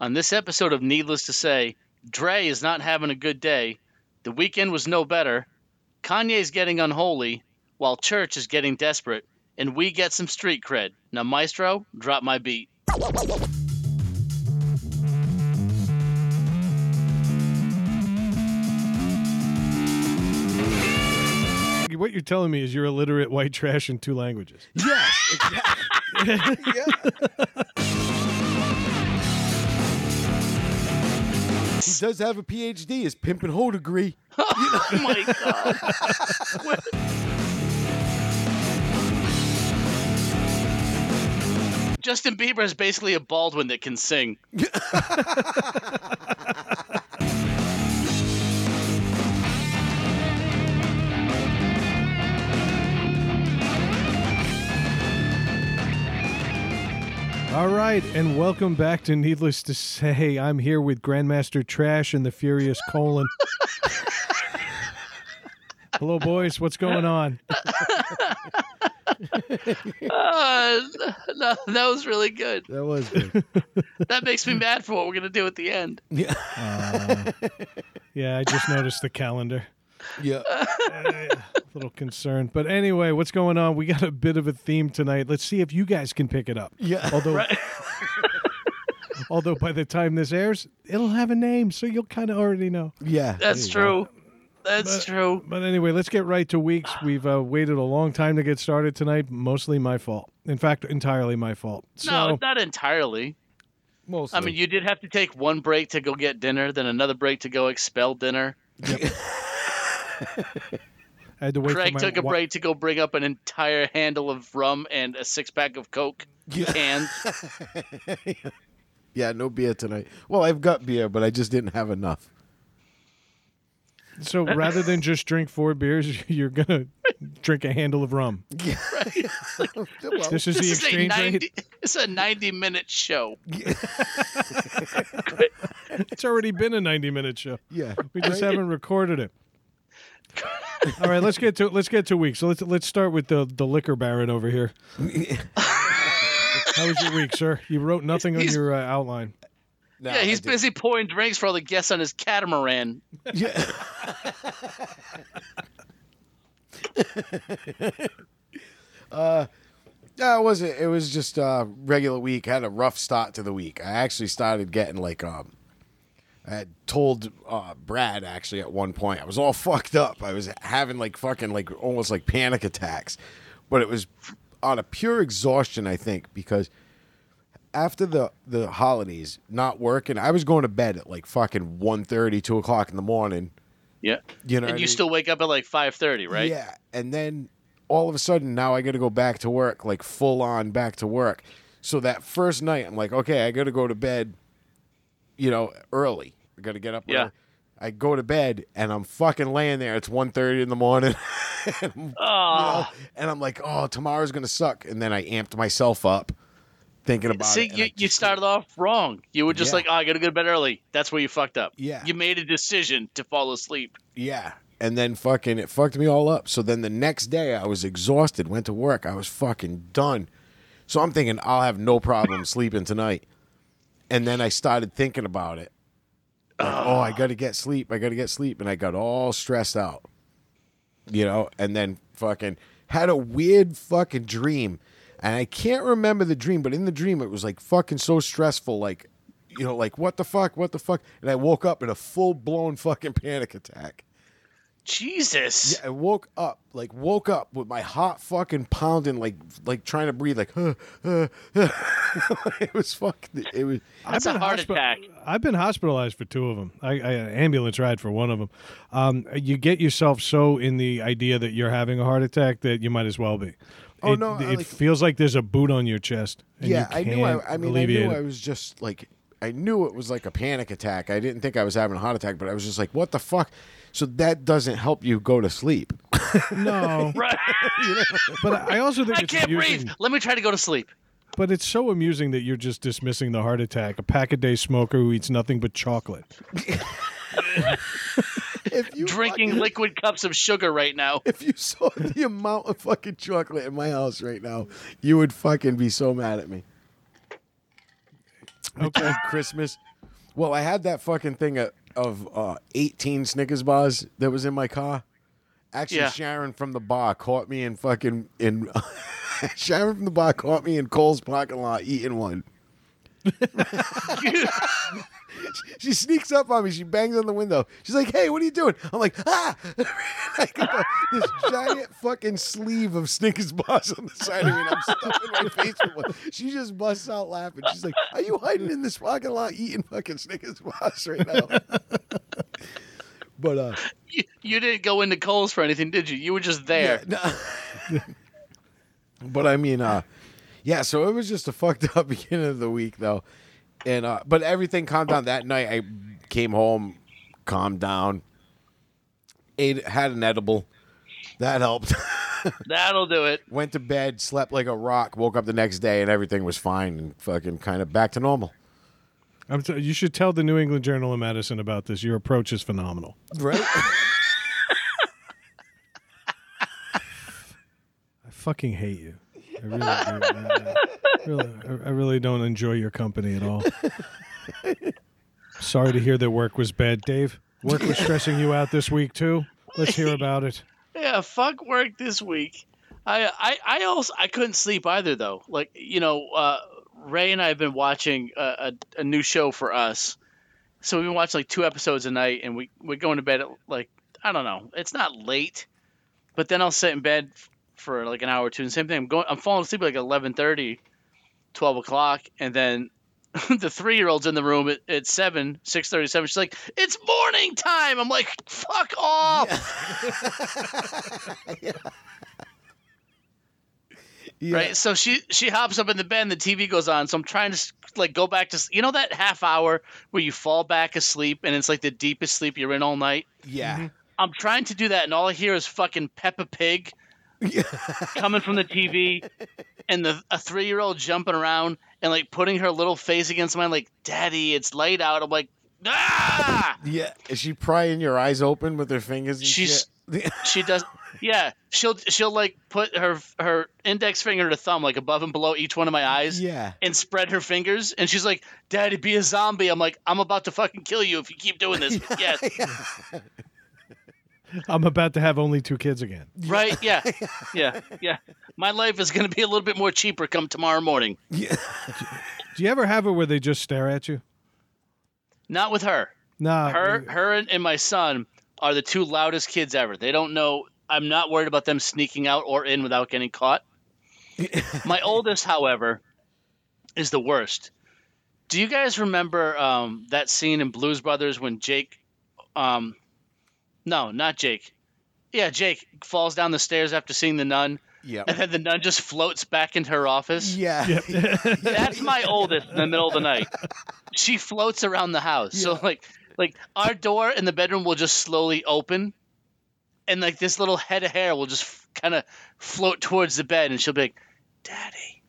On this episode of Needless to Say, Dre is not having a good day. The weekend was no better. Kanye's getting unholy, while Church is getting desperate, and we get some street cred. Now, Maestro, drop my beat. What you're telling me is you're illiterate white trash in two languages. Yes, exactly. yeah. He does have a PhD, his pimp and hoe degree. Oh my god. What- Justin Bieber is basically a Baldwin that can sing. All right, and welcome back to Needless to Say. I'm here with Grandmaster Trash and the Furious Colon. Hello, boys. What's going on? Uh, no, that was really good. That was good. That makes me mad for what we're gonna do at the end. yeah. Yeah, I just noticed the calendar. Yeah. A little concerned. But anyway, what's going on? We got a bit of a theme tonight. Let's see if you guys can pick it up. Yeah. Although, although by the time this airs, it'll have a name, so you'll kind of already know. Yeah. That's there you go. true. That's true. But anyway, let's get right to weeks. We've uh, waited a long time to get started tonight. Mostly my fault. In fact, entirely my fault. No, So, not entirely. Mostly. I mean, you did have to take one break to go get dinner, then another break to go expel dinner. I had to wait. Craig for my took a wi- break to go bring up an entire handle of rum and a six pack of Coke. Yeah. And yeah, no beer tonight. Well, I've got beer, but I just didn't have enough. So rather than just drink four beers, you're gonna drink a handle of rum. Well, This is this is the a exchange ninety. rate. It's a ninety-minute show. It's already been a ninety-minute show. yeah. We just haven't recorded it. All right, let's get to let's get to week. So let's let's start with the the liquor baron over here. How was your week, sir? You wrote nothing on He's- your uh, outline. No, yeah, I he's didn't. busy pouring drinks for all the guests on his catamaran. Yeah. uh, it wasn't. It was just uh, regular week. had a rough start to the week. I actually started getting like um, I had told uh, Brad actually at one point I was all fucked up. I was having like fucking like almost like panic attacks, but it was out of pure exhaustion, I think, because after the the holidays, not working, I was going to bed at like fucking 1.30, 2 o'clock in the morning. Yeah. You know, and what you I mean? still wake up at like five thirty, right? Yeah, and then all of a sudden now I got to go back to work, like full on back to work. So that first night I'm like, okay, I got to go to bed, you know, early. I got to get up. Yeah. early. I go to bed and I'm fucking laying there. It's 1.30 in the morning, Oh, and I'm like, oh, tomorrow's gonna suck. And then I amped myself up, thinking about see, it. and you, I you just- started off wrong. You were just Yeah. like, "Oh, I gotta go to bed early." That's where you fucked up. Yeah. You made a decision to fall asleep. Yeah. And then fucking it fucked me all up. So then the next day I was exhausted, went to work, I was fucking done. So I'm thinking I'll have no problem sleeping tonight. And then I started thinking about it. Like, oh, I gotta get sleep, I gotta get sleep. And I got all stressed out. You know, and then fucking had a weird fucking dream. And I can't remember the dream, but in the dream it was like fucking so stressful, like you know, like what the fuck, what the fuck? And I woke up in a full blown fucking panic attack. Jesus. Yeah, I woke up, like woke up with my heart fucking pounding, like like trying to breathe, like huh, huh, huh. it was fucking. It was. That's a heart attack. I've been hospitalized for two of them. I, I an ambulance ride for one of them. Um, you get yourself so in the idea that you're having a heart attack that you might as well be. Oh, it, no, I It like- feels like there's a boot on your chest. and Yeah, you I knew. can't I, I mean, I alleviate knew it. I was just like, I knew it was like a panic attack. I didn't think I was having a heart attack, but I was just like, what the fuck? So that doesn't help you go to sleep. No, Right. but I also think I it's can't amusing- breathe. Let me try to go to sleep. But it's so amusing that you're just dismissing the heart attack. A pack a day smoker who eats nothing but chocolate. If you Drinking fucking- liquid cups of sugar right now. If you saw the amount of fucking chocolate in my house right now, you would fucking be so mad at me. Okay. Christmas, Well, I had that fucking thing of, of uh, 18 Snickers bars that was in my car. Actually, Yeah. Sharon from the bar caught me in fucking in. Sharon from the bar caught me in Cole's parking lot eating one. she sneaks up on me. She bangs on the window. She's like, "Hey, what are you doing?" I'm like, "Ah!" I got this giant fucking sleeve of Snickers bars on the side of me, and I'm stuffing my face with one. She just busts out laughing. She's like, "Are you hiding in this parking lot eating fucking Snickers bars right now?" but uh, You, you didn't go into Coles for anything, did you? You were just there. yeah, no. but I mean, uh, yeah. So it was just a fucked up beginning of the week, though. And uh, but everything calmed down that night. I came home, calmed down, ate, had an edible. That helped. That'll do it. Went to bed, slept like a rock. Woke up the next day, and everything was fine and fucking kind of back to normal. I'm t- you should tell the New England Journal of Medicine about this. Your approach is phenomenal. Right? I fucking hate you. I really, do. I, I really, I- I really don't enjoy your company at all. Sorry to hear that work was bad, Dave. Work was stressing you out this week too. Let's hear about it. Yeah, fuck work this week. I, I, I also I couldn't sleep either though. Like you know, uh, Ray and I have been watching a, a, a new show for us, so we've been watching like two episodes a night, and we we're going to bed at like I don't know, it's not late, but then I'll sit in bed f- for like an hour or two. And same thing, I'm going, I'm falling asleep at like 11:30, 12 o'clock, and then the three year old's in the room at, at seven, six thirty seven. She's like, "It's morning time." I'm like, "Fuck off." Yeah. right? So she she hops up in the bed, and the TV goes on. So I'm trying to s- like go back to s- you know that half hour where you fall back asleep, and it's like the deepest sleep you're in all night. Yeah. I'm trying to do that, and all I hear is fucking Peppa Pig coming from the TV, and the a three year old jumping around and like putting her little face against mine, like "Daddy, it's light out." I'm like, ah. Yeah. Is she prying your eyes open with her fingers? And She's- shit? She does. Yeah, she'll she'll like put her her index finger and her thumb like above and below each one of my eyes. Yeah. And spread her fingers, and she's like, "Daddy, be a zombie." I'm like, "I'm about to fucking kill you if you keep doing this." yes, I'm about to have only two kids again. right? Yeah, yeah, yeah. My life is going to be a little bit more cheaper come tomorrow morning. Do you ever have it where they just stare at you? Not with her. Nah. Her, her, and, and my son are the two loudest kids ever. They don't know. I'm not worried about them sneaking out or in without getting caught. my oldest, however, is the worst. Do you guys remember um, that scene in Blues Brothers when Jake, um, no, not Jake, yeah, Jake falls down the stairs after seeing the nun, Yeah. and then the nun just floats back into her office. Yeah. That's my oldest in the middle of the night. She floats around the house. So like like our door in the bedroom will just slowly open and like this little head of hair will just f- kind of float towards the bed and she'll be like, "Daddy.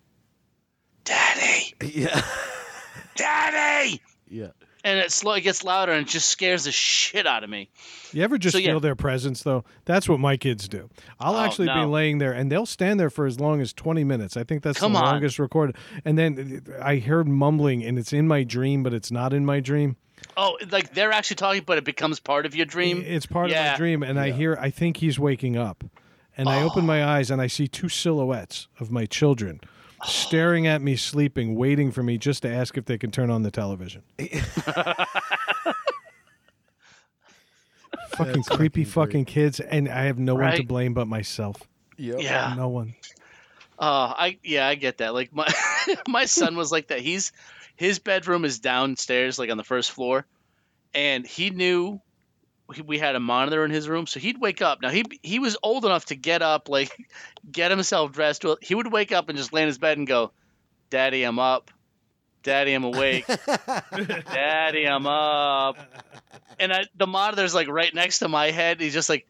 Daddy. Yeah. Daddy." Yeah. And it slow it gets louder and it just scares the shit out of me. You ever just So, yeah. feel their presence though? That's what my kids do. I'll Oh, actually be no. laying there and they'll stand there for as long as 20 minutes. I think that's Come the on. longest recorded. And then uh, I heard mumbling and it's in my dream but it's not in my dream. Oh, like they're actually talking but it becomes part of your dream. It's part of my Yeah. dream and I hear I think he's waking up. And I open Oh. my eyes and I see two silhouettes of my children staring at me sleeping waiting for me just to ask if they can turn on the television. fucking creepy fucking kids and I have no one to Right? blame but myself. Yep. Yeah. No one. Uh, I yeah, I get that. Like my my son was like that. He's his bedroom is downstairs, like on the first floor, and he knew he- we had a monitor in his room, so he'd wake up. Now he he was old enough to get up, like get himself dressed. Well, he would wake up and just lay in his bed and go, "Daddy, I'm up. Daddy, I'm awake. Daddy, I'm up." And I, the monitor's like right next to my head. He's just like,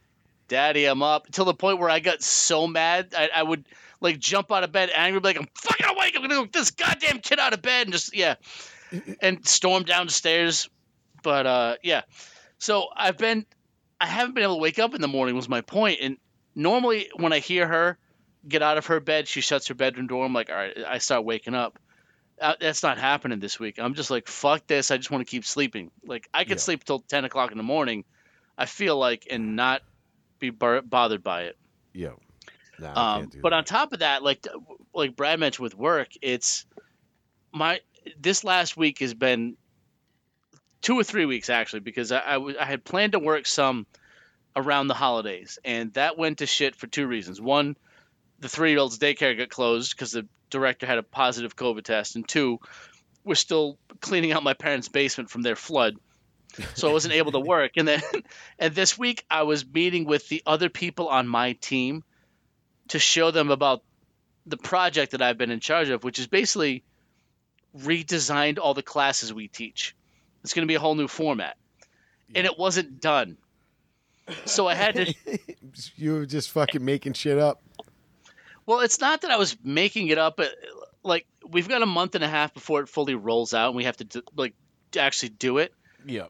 "Daddy, I'm up." Till the point where I got so mad, I, I would like jump out of bed angry, be like I'm fucking awake. I'm gonna get this goddamn kid out of bed and just yeah, and storm downstairs. But uh, yeah, so I've been, I haven't been able to wake up in the morning was my point. And normally when I hear her get out of her bed, she shuts her bedroom door. I'm like, all right, I start waking up. uh, that's not happening this week. I'm just like, fuck this. I just want to keep sleeping. Like, I could Yeah. sleep till 10 o'clock in the morning, I feel like, and not be bar- bothered by it. Yeah. Nah, I Um, can't do but that. on top of that, like like Brad mentioned with work, it's my this last week has been two or three weeks actually because I I w- I had planned to work some around the holidays and that went to shit for two reasons. One, the three year old's daycare got closed because the director had a positive COVID test, and two, we're still cleaning out my parents' basement from their flood. So I wasn't able to work, and then, and this week I was meeting with the other people on my team, to show them about the project that I've been in charge of, which is basically redesigned all the classes we teach. It's going to be a whole new format. And it wasn't done. So I had to. you were just fucking making shit up. well, it's not that I was making it up. But, like, we've got a month and a half before it fully rolls out and we have to, d- like, actually do it. Yeah.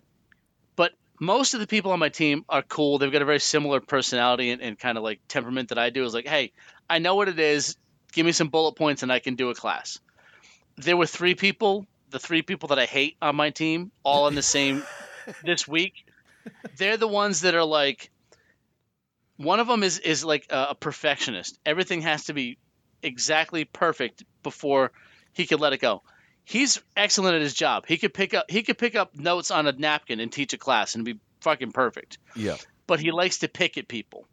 but most of the people on my team are cool. They've got a very similar personality and, and kind of like temperament that I do. Is like, hey, I know what it is. Give me some bullet points and I can do a class. There were three people, the three people that I hate on my team, all in the same this week. They're the ones that are like, one of them is is like a, a perfectionist. Everything has to be exactly perfect before he could let it go he's excellent at his job. He could pick up he could pick up notes on a napkin and teach a class and be fucking perfect. Yeah. But he likes to pick at people.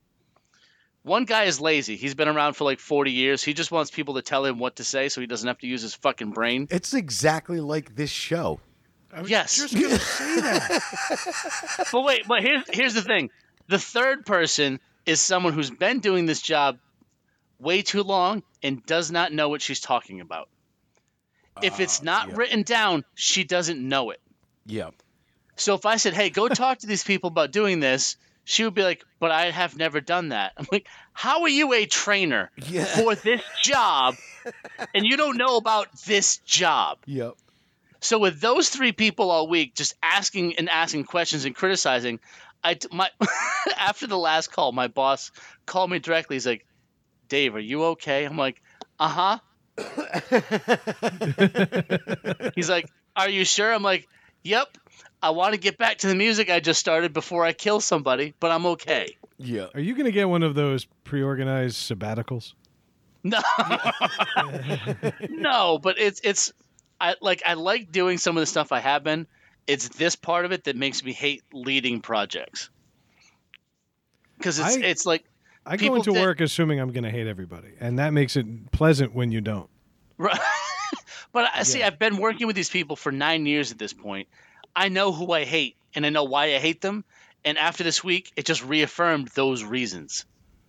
One guy is lazy. He's been around for like 40 years. He just wants people to tell him what to say so he doesn't have to use his fucking brain. It's exactly like this show. I was Yes. just gonna say that. But wait, but here's here's the thing. The third person is someone who's been doing this job way too long and does not know what she's talking about. If Ah, it's not yeah. written down, she doesn't know it. Yeah. So if I said, "Hey, go talk to these people about doing this," she would be like, "But I have never done that." I'm like, "How are you a trainer Yeah. for this job, and you don't know about this job?" Yep. So with those three people all week, just asking and asking questions and criticizing, I t- my after the last call, my boss called me directly. He's like, "Dave, are you okay?" I'm like, "Uh huh." He's like, "Are you sure?" I'm like, "Yep." I want to get back to the music I just started before I kill somebody, but I'm okay. Yeah. Are you gonna get one of those pre-organized sabbaticals? No, no, but it's it's I like I like doing some of the stuff I have been. It's this part of it that makes me hate leading projects because it's I- it's like I People go into that- work assuming I'm gonna hate everybody, and that makes it pleasant when you don't. Right. but I see, Yeah. I've been working with these people for nine years at this point. I know who I hate and I know why I hate them. And after this week, it just reaffirmed those reasons.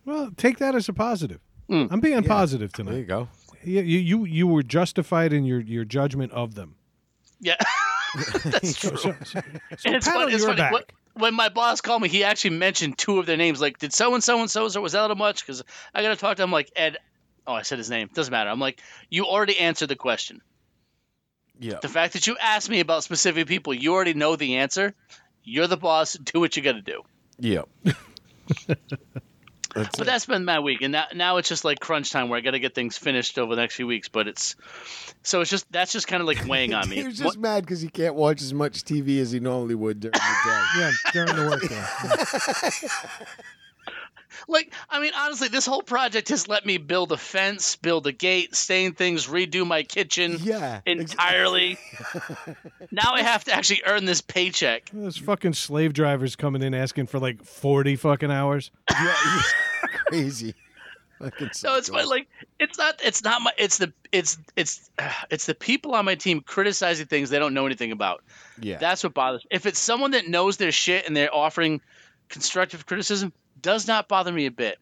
Well, take that as a positive. Mm. I'm being Yeah. positive There you tonight. go. You, you you you were justified in your your judgment of them. Yeah. That's true. So, so, so And it's pat funny- on it's your funny, back. what- When my boss called me, he actually mentioned two of their names. Like, did so and so and so so was that a much? Because I got to talk to him. Like Ed. Oh, I said his name. Doesn't matter. I'm like, you already answered the question. Yeah. The fact that you asked me about specific people, you already know the answer. You're the boss. Do what you got to do. Yeah. That's But it. that's been my week, and now, now it's just like crunch time where I got to get things finished over the next few weeks. But it's so it's just that's just kind of like weighing on me. he was What- just mad because he can't watch as much TV as he normally would during the Yeah, during the work. day. Yeah. like I mean, honestly, this whole project has let me build a fence, build a gate, stain things, redo my kitchen day. yeah. ex- entirely. now I have to actually earn this paycheck. Those fucking slave drivers coming in asking for like forty fucking hours. yeah, yeah. Crazy. Fucking So it's my, psycho. like it's not it's not my it's the it's it's it's the people on my team criticizing things they don't know anything about. Yeah. That's what bothers. If it's someone that knows their shit and they're offering constructive criticism, does not bother me a bit.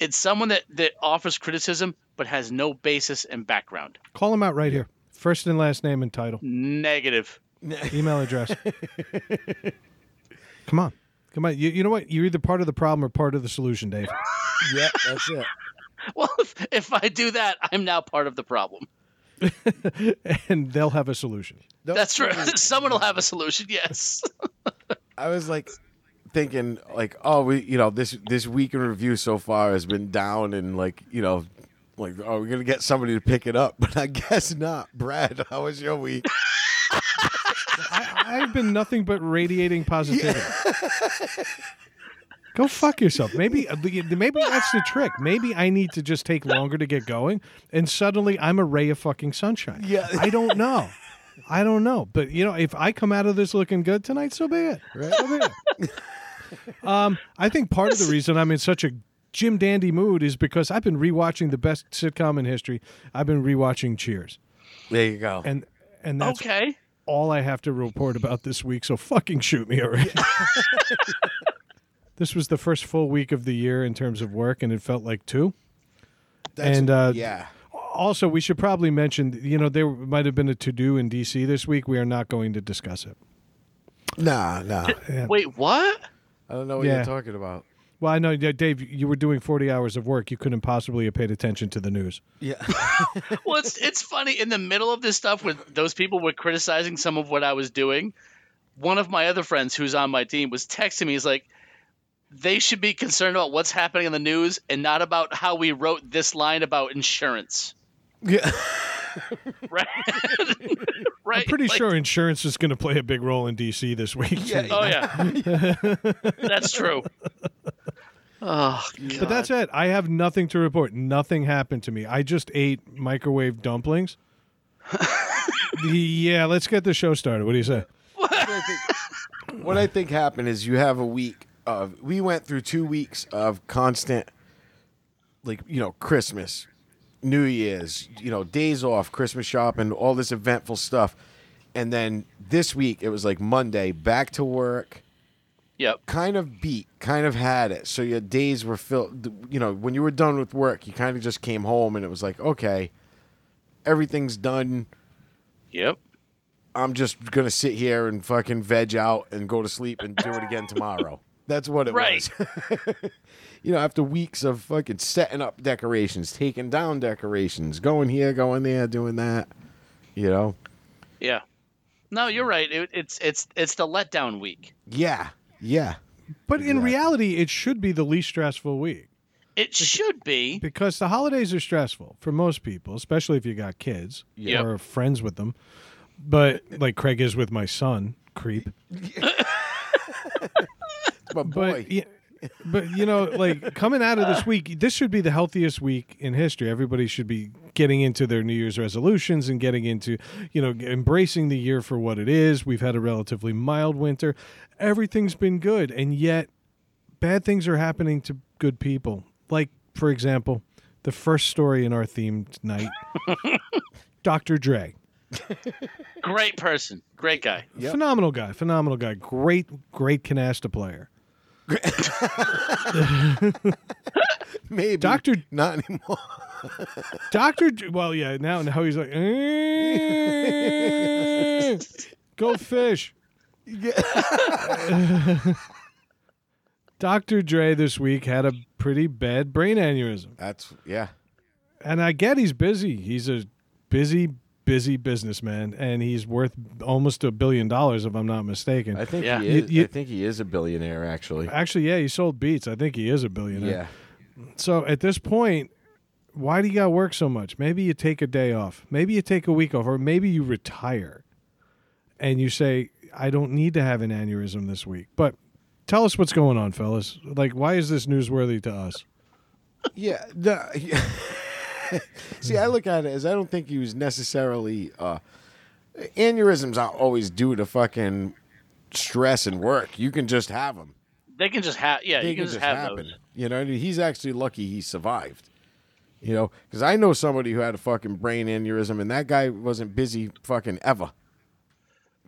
It's someone that that offers criticism but has no basis and background. Call them out right here. First and last name and title, Negative. email address. Come on, come on. You, you know what? You're either part of the problem or part of the solution, Dave. yeah. That's it. Well, if, if I do that, I'm now part of the problem. and they'll have a solution. No, That's true. Someone will have a solution. Yes. I was like thinking like, oh, we you know this this week in review so far has been down and like you know Like, are we gonna get somebody to pick it up? But I guess not. Brad, how was your week? I've been nothing but radiating positivity. Go fuck yourself. Maybe maybe that's the trick. Maybe I need to just take longer to get going, and suddenly I'm a ray of fucking sunshine. Yeah. I don't know. I don't know. But you know, if I come out of this looking good tonight, so be it. Right? Um, I think part of the reason I'm in such a Jim Dandy mood is because I've been rewatching the best sitcom in history. I've been rewatching Cheers, There you go. and and that's okay. all I have to report about this week, so fucking shoot me already. this was the first full week of the year in terms of work, and it felt like two. That's- and, uh, yeah, Also, we should probably mention, you know, there might have been a to do in DC this week. We are not going to discuss it. nah, nah. Yeah. Wait, what? I don't know what Yeah. you're talking about. Well, I know, yeah, Dave, you were doing 40 hours of work. You couldn't possibly have paid attention to the news. Yeah, well, it's it's funny in the middle of this stuff with those people were criticizing some of what I was doing. One of my other friends who's on my team was texting me. He's like, "They should be concerned about what's happening in the news and not about how we wrote this line about insurance." yeah. Right? right? I'm pretty Like, sure insurance is going to play a big role in DC this week. Yeah. Oh yeah, that's true. Oh, God. But that's it. I have nothing to report. Nothing happened to me. I just ate microwave dumplings. yeah, let's get the show started. What do you say? what, I think, what I think happened is you have a week of we went through two weeks of constant like you know Christmas, New Year's, you know days off, Christmas shopping, all this eventful stuff, and then this week it was like Monday back to work. yep. Kind of beat, kind of had it. So your days were filled. You know, when you were done with work, you kind of just came home and it was like, okay, everything's done. Yep. I'm just gonna sit here and fucking veg out and go to sleep and do it again tomorrow. That's what it Right. was. you know, after weeks of fucking setting up decorations, taking down decorations, going here, going there, doing that. You know? Yeah. No, you're right. It, it's it's it's the letdown week. Yeah. Yeah. But in reality, it should be the least stressful week It should be. because the holidays are stressful for most people, especially if you got kids Yeah. or friends with them. But like Craig is with my son, creep. It's my boy. But yeah, but you know, like coming out of this week, this should be the healthiest week in history. Everybody should be getting into their New Year's resolutions and getting into, you know, embracing the year for what it is. We've had a relatively mild winter. Everything's been good, and yet bad things are happening to good people. Like, for example, the first story in our themed night, Dr. Dre. Great person. Great guy. Yep. Phenomenal guy, phenomenal guy. Great, great canasta player. Maybe Dr. not anymore. Doctor, well, yeah. Now, now he's like, "Eh, go fish. Doctor Dre this week had a pretty bad brain aneurysm, That's yeah. and I get he's busy. He's a busy, busy businessman, and he's worth almost a billion dollars, if I'm not mistaken. I think Yeah. he You- is you- I think he is a billionaire actually. Actually, yeah, he sold Beats. I think he is a billionaire. Yeah. So at this point, why do you got to work so much? Maybe you take a day off. Maybe you take a week off, or maybe you retire and you say, I don't need to have an aneurysm this week. But tell us what's going on, fellas. Like, why is this newsworthy to us? Yeah. the- See, I look at it as I don't think he was necessarily. Uh, aneurysms aren't always due to fucking stress and work. You can just have them. They can just have. Yeah, you can, just have those. You know, he's actually lucky he survived. You know, because I know somebody who had a fucking brain aneurysm, and that guy wasn't busy fucking ever.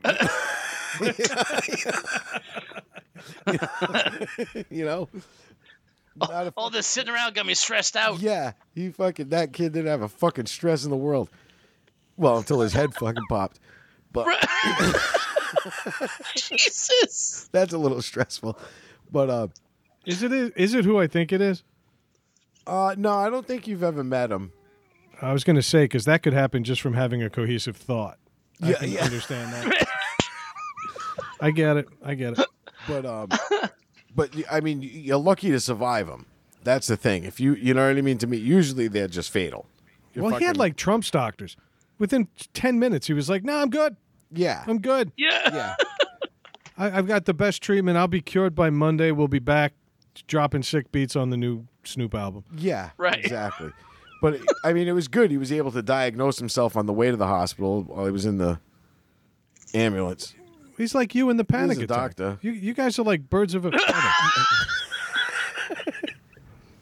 you know, Not a All this sitting around got me stressed out. Yeah, he fucking that kid didn't have a fucking stress in the world. Well, until his head fucking popped. But Jesus. that's a little stressful. But uh, Is it is it who I think it is? uh no, I don't think you've ever met him. I was going to say because that could happen just from having a cohesive thought. I Yeah, can yeah. understand that. I get it. I get it. But um, but I mean, you're lucky to survive him. That's the thing. If you you know what I mean to me, usually they're just fatal. You're well, he had fucking- like Trump's doctors. Within ten minutes, he was like, "No, I'm good. yeah, I'm good. Yeah. yeah. I, I've got the best treatment. I'll be cured by Monday. We'll be back dropping sick beats on the new Snoop album." Yeah. Right. Exactly. But it- I mean, it was good. He was able to diagnose himself on the way to the hospital while he was in the ambulance. He's like you in the panic a attack. doctor. You, you guys are like birds of a feather.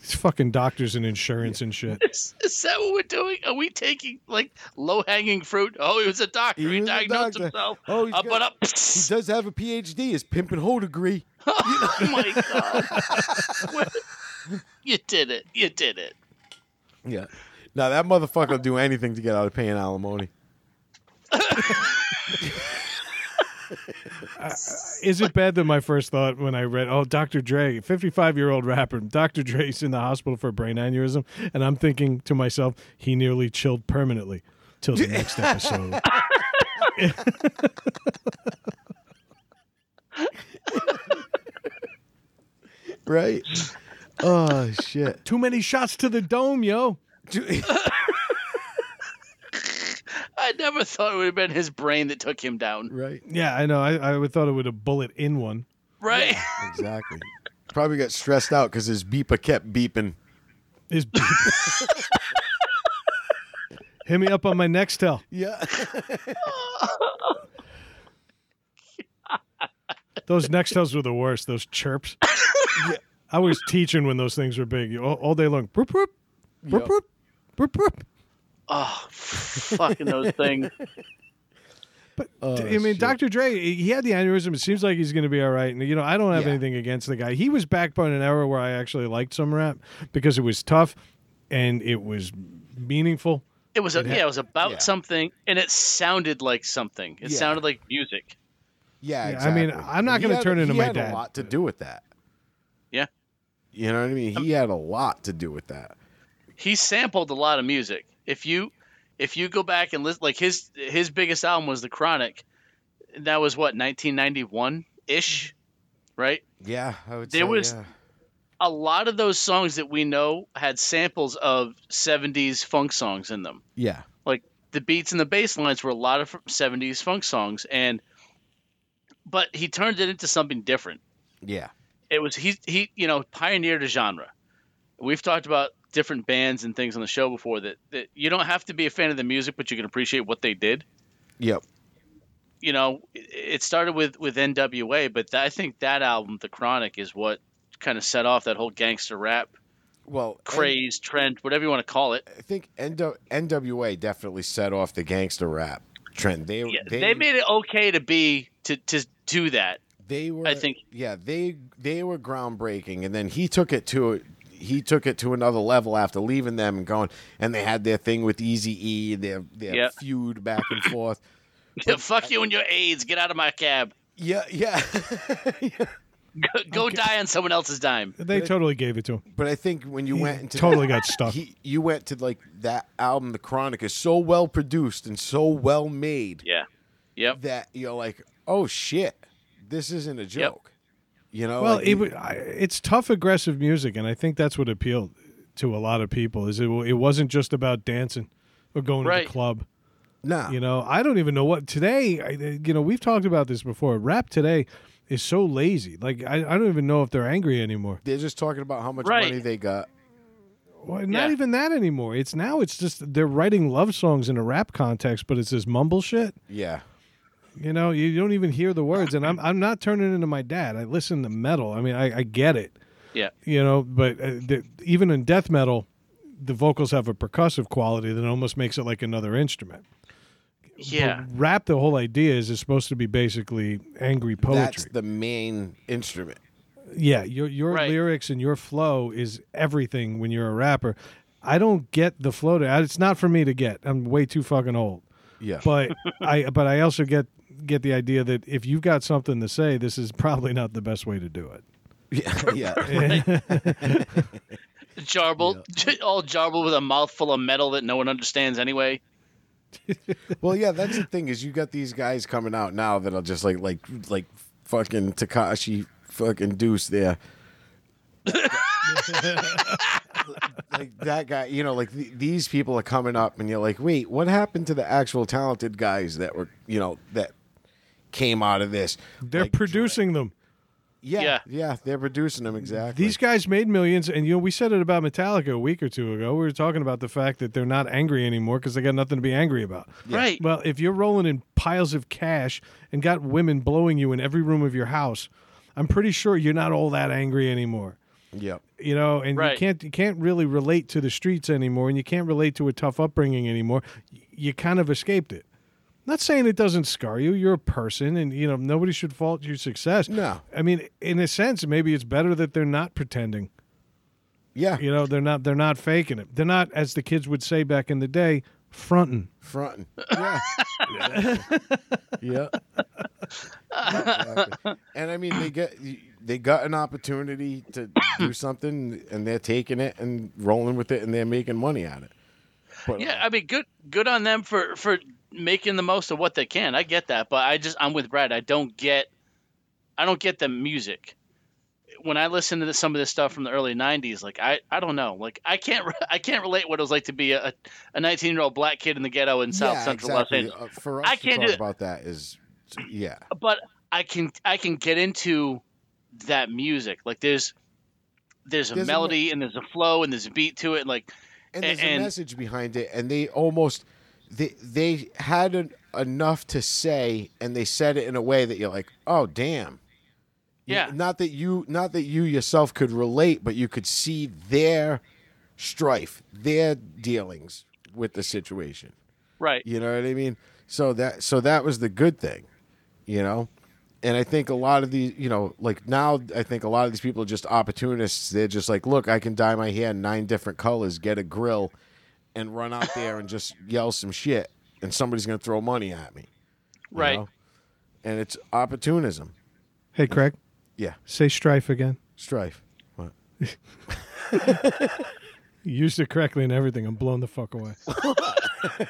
These fucking doctors and insurance and shit. Is, is that what we're doing? Are we taking like low hanging fruit? Oh, he was a doctor. He He, was a diagnosed doctor. himself. Uh, Oh, he's up got- and up. He does have a PhD, his pimp and hoe degree. oh my god! What- you did it. You did it. Yeah. Now that motherfucker will do anything to get out of paying alimony. Is it bad that my first thought when I read, oh, Dr. Dre, 55 year old rapper, Dr. Dre's in the hospital for a brain aneurysm? And I'm thinking to myself, he nearly chilled permanently till the next episode. Right? oh shit. Too many shots to the dome, yo. I never thought it would have been his brain that took him down. right. Yeah, I know. I, I would thought it would have bullet in one. Right? Exactly. Probably got stressed out because his beeper kept beeping. Is Hit me up on my next tell. Yeah. Those Nextels were the worst. Those chirps. I was teaching when those things were big all, all day long. Broop, broop, broop, Yep. broop, broop, broop. Oh, fucking those things. But Oh, d- I mean, shit. Dr. Dre, he had the aneurysm. It seems like he's going to be all right. And you know, I don't have Yeah. anything against the guy. He was back by an era where I actually liked some rap because it was tough and it was meaningful. It was a, yeah, it was about yeah. something, and it sounded like something. It Yeah. sounded like music. Yeah, Yeah, I mean, I'm not He gonna had- turn into he my had dad. a lot to do with that. Yeah. Um, You know what I mean? He had a lot to do with that. He sampled a lot of music. If you if you go back and listen, like his his biggest album was The Chronic. And That was what 1991 ish, right? Yeah, I would There say was- yeah. A lot of those songs that we know had samples of 70s funk songs in them. Yeah. like the beats and the bass lines were a lot of 70s funk songs and but he turned it into something different Yeah. it was he he you know pioneered a genre we've talked about different bands and things on the show before that, that you don't have to be a fan of the music but you can appreciate what they did Yep. you know it, it started with with nwa but that, i think that album the chronic is what kind of set off that whole gangster rap Well, and craze trend whatever you want to call it I think NW, NWA definitely set off the gangster rap trend. They yeah, they, they made it okay to be to to do that they were I think- yeah they they were groundbreaking, and then he took it to he took it to another level after leaving them and going, and they had their thing with Easy E, their their Yeah. feud back and forth. Yeah, fuck you and your AIDS. Get out of my cab. Yeah, yeah. Go, go die on someone else's dime. They totally gave it to him. but I think when you went into totally got stuck. he, you went to like that album, The Chronic, is so well produced and so well made Yeah. Yep. that you're like, oh shit, this isn't a joke. You Oh, know, Well, like, it, wa- I- it's tough, aggressive music, and I think that's what appealed to a lot of people. Is it? It wasn't just about dancing or going to Right. the club. nah, You know, I don't even know what today. I, you know, we've talked about this before. Rap today is so lazy. Like, I, I don't even know if they're angry anymore. they're just talking about how much Right. money they got. Well, not Yeah. even that anymore. It's now. It's just they're writing love songs in a rap context, but it's this mumble shit. Yeah, You know, you don't even hear the words. And I'm I'm not turning into my dad. I listen to metal. I mean, I, I get it. Yeah. You know, but uh, the, even in death metal, the vocals have a percussive quality that almost makes it like another instrument. Yeah. But rap, the whole idea is it's supposed to be basically angry that's poetry. the main instrument. yeah, your your Right. lyrics and your flow is everything when you're a rapper. I don't get the flow. To, it's not for me to get. I'm way too fucking old. Yeah, But I but I also get get the idea that if you've got something to say, this is probably not the best way to do it. yeah, yeah. Jarble. All jarble with a mouthful of metal that no one understands anyway. Well, yeah, that's the thing is you got these guys coming out now that are just like like like fucking Takashi fucking Deuce there. like that guy, you know, like th- these people are coming up, and you're like, wait, what happened to the actual talented guys that were, you know, that came out of this? They're Like, producing them. yeah, Yeah. yeah, they're producing them exactly. These guys made millions, and you know we said it about Metallica a week or two ago. We were talking about the fact that they're not angry anymore because they got nothing to be angry about. Right. Well, if you're rolling in piles of cash and got women blowing you in every room of your house, I'm pretty sure you're not all that angry anymore. yep, You know, and you Right. can't you can't really relate to the streets anymore, and you can't relate to a tough upbringing anymore. Y- You kind of escaped it. Not saying it doesn't scar you. You're a person, and you know nobody should fault your success. No. I mean, in a sense, maybe it's better that they're not pretending. yeah, You know, they're not they're not faking it. They're not, as the kids would say back in the day, fronting. fronting, yeah, yeah. Exactly. And I mean, they get they got an opportunity to do something, and they're taking it and rolling with it, and they're making money at it. But, Yeah, I mean, good good on them for for making the most of what they can. I get that, but I just I'm with Brad. I don't get I don't get the music. When I listen to this, some of this stuff from the early '90s, like I, I don't know, like I can't re- I can't relate what it was like to be a a 19 year old black kid in the ghetto in South Yeah, Central exactly. Los Angeles. Uh, for us I to can't talk do it. about that is, yeah, but I can I can get into that music. Like there's there's a There's a mel- melody and there's a flow and there's a beat to it. Like and there's And- a message behind it, and they almost they they had an, enough to say, and they said it in a way that you're like, oh damn, You- Yeah. Not that you not that you yourself could relate, but you could see their strife, their dealings with the situation. right, You know what I mean? So that so that was the good thing, you know. And I think a lot of these, you know, like now I think a lot of these people are just opportunists. They're just like, look, I can dye my hair nine different colors, get a grill, and run out there and just yell some shit, and somebody's gonna throw money at me, you right. know? And it's opportunism. Hey, Craig, Yeah, say strife again. strife. What? You used it correctly and everything. I'm blown the fuck away.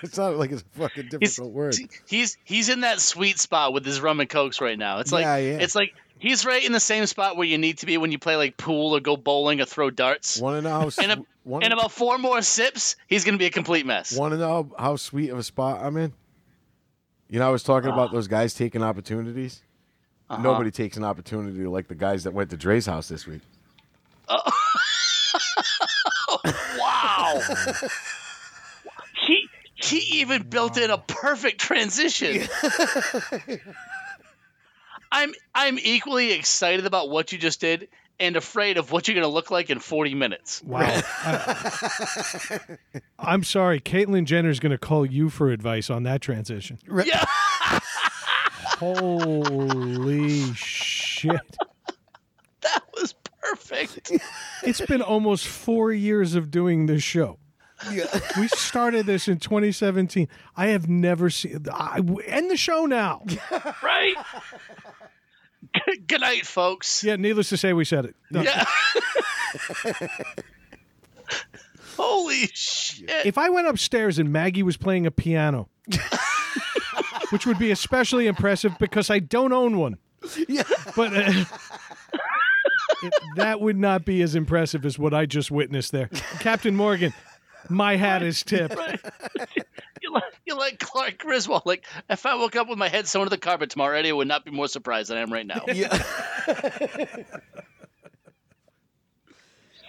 It's not like it's a fucking He's, difficult word. he's he's in that sweet spot with his rum and cokes right now. It's like Yeah, yeah. it's like he's right in the same spot where you need to be when you play like pool or go bowling or throw darts. Want to know how? and, a, sw- wanna- and about four more sips, he's gonna be a complete mess. Want to know how sweet of a spot I'm in? You know, I was talking about those guys taking opportunities. Nobody takes an opportunity like the guys that went to Dre's house this week. Wow. he he even built in a perfect transition. I'm I'm equally excited about what you just did and afraid of what you're gonna look like in 40 minutes. Wow. I- I'm sorry. Caitlyn Jenner's going to call you for advice on that transition. Yeah. Holy shit. That was perfect. It's been almost four years of doing this show. We started this in 2017. I have never seen. I, end the show now. Right? Good- Good night, folks. Yeah, needless to say, we said it. No. Yeah. Holy shit. If I went upstairs and Maggie was playing a piano, which would be especially impressive because I don't own one. But uh, it- that would not be as impressive as what I just witnessed there. Captain Morgan, my hat is tipped. You're like, you're like Clark Griswold. Like, if I woke up with my head sewn to the carpet tomorrow, Eddie I would not be more surprised than I am right now. Yeah.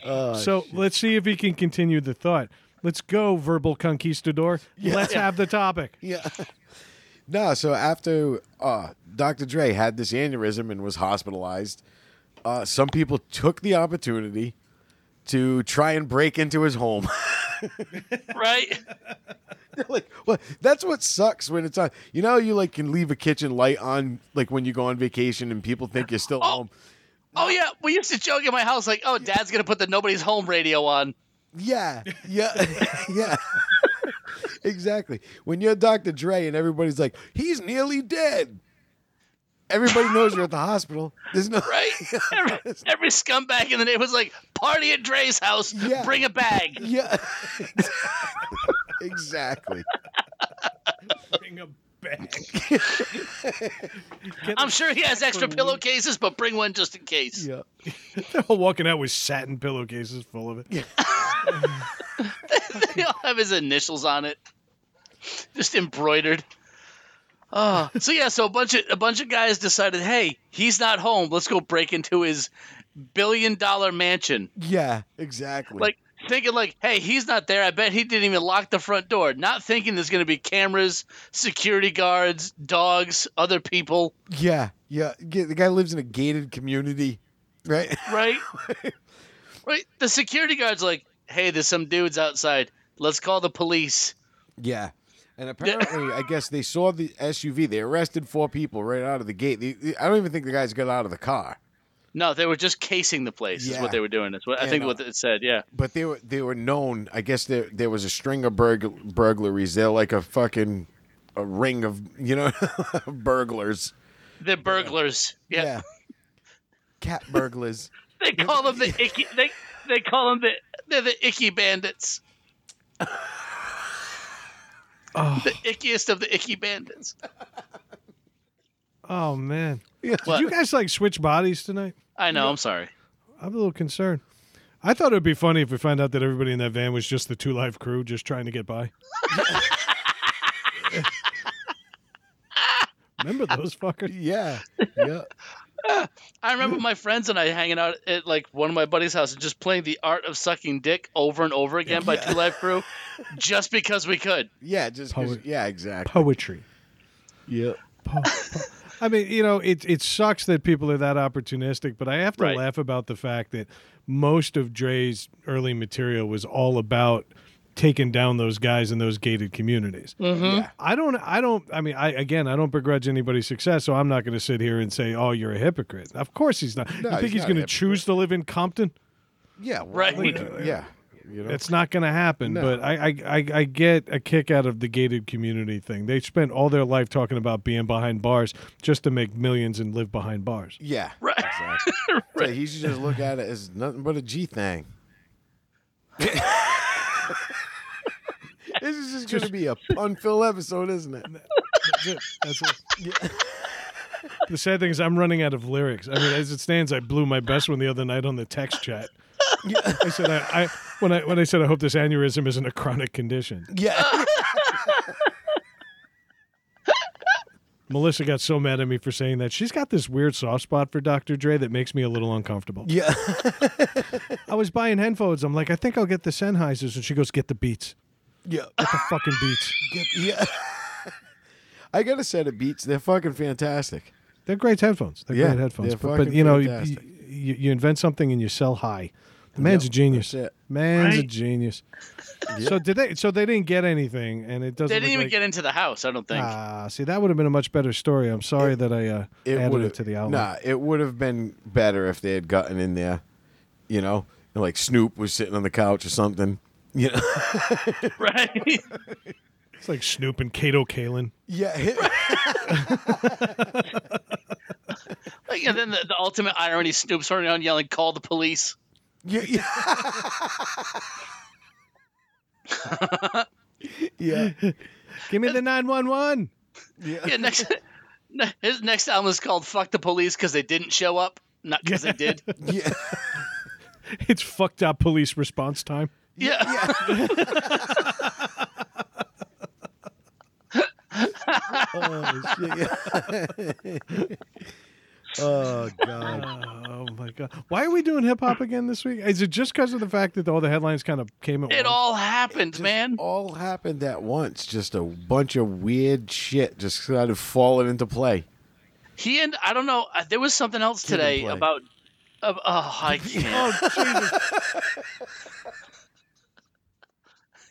So let's see if he can continue the thought. Let's go, verbal conquistador. Let's have the topic. yeah. No, so after uh, Dr. Dre had this aneurysm and was hospitalized, uh, some people took the opportunity to try and break into his home. Right? like well that's what sucks when it's on you know you like can leave a kitchen light on like when you go on vacation and people think you're still home Oh, yeah. We used to joke in my house, like, oh, dad's going to put the Nobody's Home radio on. yeah yeah yeah exactly when you're dr dre and everybody's like he's nearly dead everybody knows you're at the hospital there's no Right? Every, every scumbag in the neighborhood was like, party at Dre's house, Yeah. bring a bag. yeah exactly Bring a bag. I'm sure he has extra pillowcases, but bring one just in case. Yeah. They're all walking out with satin pillowcases full of it. they all have his initials on it, just embroidered. Oh, so yeah, so a bunch of a bunch of guys decided, hey, he's not home. Let's go break into his billion dollar mansion. Yeah, exactly. Like thinking, like, hey, he's not there. I bet he didn't even lock the front door. Not thinking there's going to be cameras, security guards, dogs, other people, yeah, yeah. G- The guy lives in a gated community, right? right? right. The security guards like, hey, there's some dudes outside. Let's call the police. yeah. And apparently, I guess they saw the SUV. They arrested four people right out of the gate. The- the- I don't even think the guys got out of the car, No, they were just casing the place. Is Yeah. what they were doing. That's what I Yeah, think no. what it said. Yeah. but they were they were known. I guess there there was a string of burg- burglaries. They're like a fucking a ring of you know burglars. They're burglars. Yeah. cat burglars. They call them the icky. They they call them the they're the icky bandits. Oh, The ickiest of the icky bandits. oh man. What? Did you guys like switch bodies tonight? I know. I'm sorry. I'm a little concerned. I thought it would be funny if we found out that everybody in that van was just the two live crew just trying to get by. Remember those fuckers? Yeah, yeah. I remember my friends and I hanging out at like one of my buddies' house and just playing the art of sucking dick over and over again by Two Live Crew, just because we could. Yeah, just 'cause- Poet. yeah, exactly. Poetry. Yeah. Po- po- I mean, you know, it it sucks that people are that opportunistic, but I have to Right. laugh about the fact that most of Dre's early material was all about taking down those guys in those gated communities. Mm-hmm. Yeah. I don't I don't I mean I again I don't begrudge anybody's success, so I'm not going to sit here and say, "Oh, you're a hypocrite." Of course he's not. you No, he's think he's not a going to hypocrite. choose to live in Compton? Yeah. why Right. would you- Yeah. You know. It's not going to happen. No. But I, I, I, I get a kick out of the gated community thing. They spent all their life talking about being behind bars just to make millions and live behind bars. yeah. Right. Exactly. So he should just look at it as nothing but a G thing. this is just going to be a fun-filled episode, isn't it? That's it. That's it. The sad thing is, I'm running out of lyrics. I mean, as it stands, I blew my best one the other night on the text chat. I said, I, I when I when I said, I hope this aneurysm isn't a chronic condition. Yeah. Melissa got so mad at me for saying that. She's got this weird soft spot for Dr. Dre that makes me a little uncomfortable. Yeah. I was buying headphones. I'm like, I think I'll get the Sennheisers, and she goes, "Get the Beats, Yeah. get the fucking Beats. Yeah. I got a set of beats. They're fucking fantastic. They're great headphones. They're Yeah, great headphones. they're But, but, fucking you know, you, fantastic. you, you invent something and you sell high. The man's a genius. that's it. Man's a Right? genius. So did they? So they didn't get anything, and it doesn't. They didn't look even like, get into the house. I don't think. Ah, see, that would have been a much better story. I'm sorry that I uh, added would've- it to the outline. Nah, it would have been better if they had gotten in there, you know, and like Snoop was sitting on the couch or something. You know? Right. It's like Snoop and Kato Kalin. Yeah. Like, and then the, the ultimate irony: Snoop's running around yelling, "Call the police!" yeah. Yeah. yeah. Give me the nine one one. Yeah, next ne- his next album is called "Fuck the Police" because they didn't show up, not because they did. Yeah. It's fucked up police response time. Yeah. Oh, shit. yeah. oh, God. Oh my god! Why are we doing hip hop again this week? Is it just because of the fact that all the headlines kind of came at It once? all happened, man. All happened at once. Just a bunch of weird shit just started falling into play. He and I don't know. uh, There was something else and today play. about. Uh, oh, I can't. Oh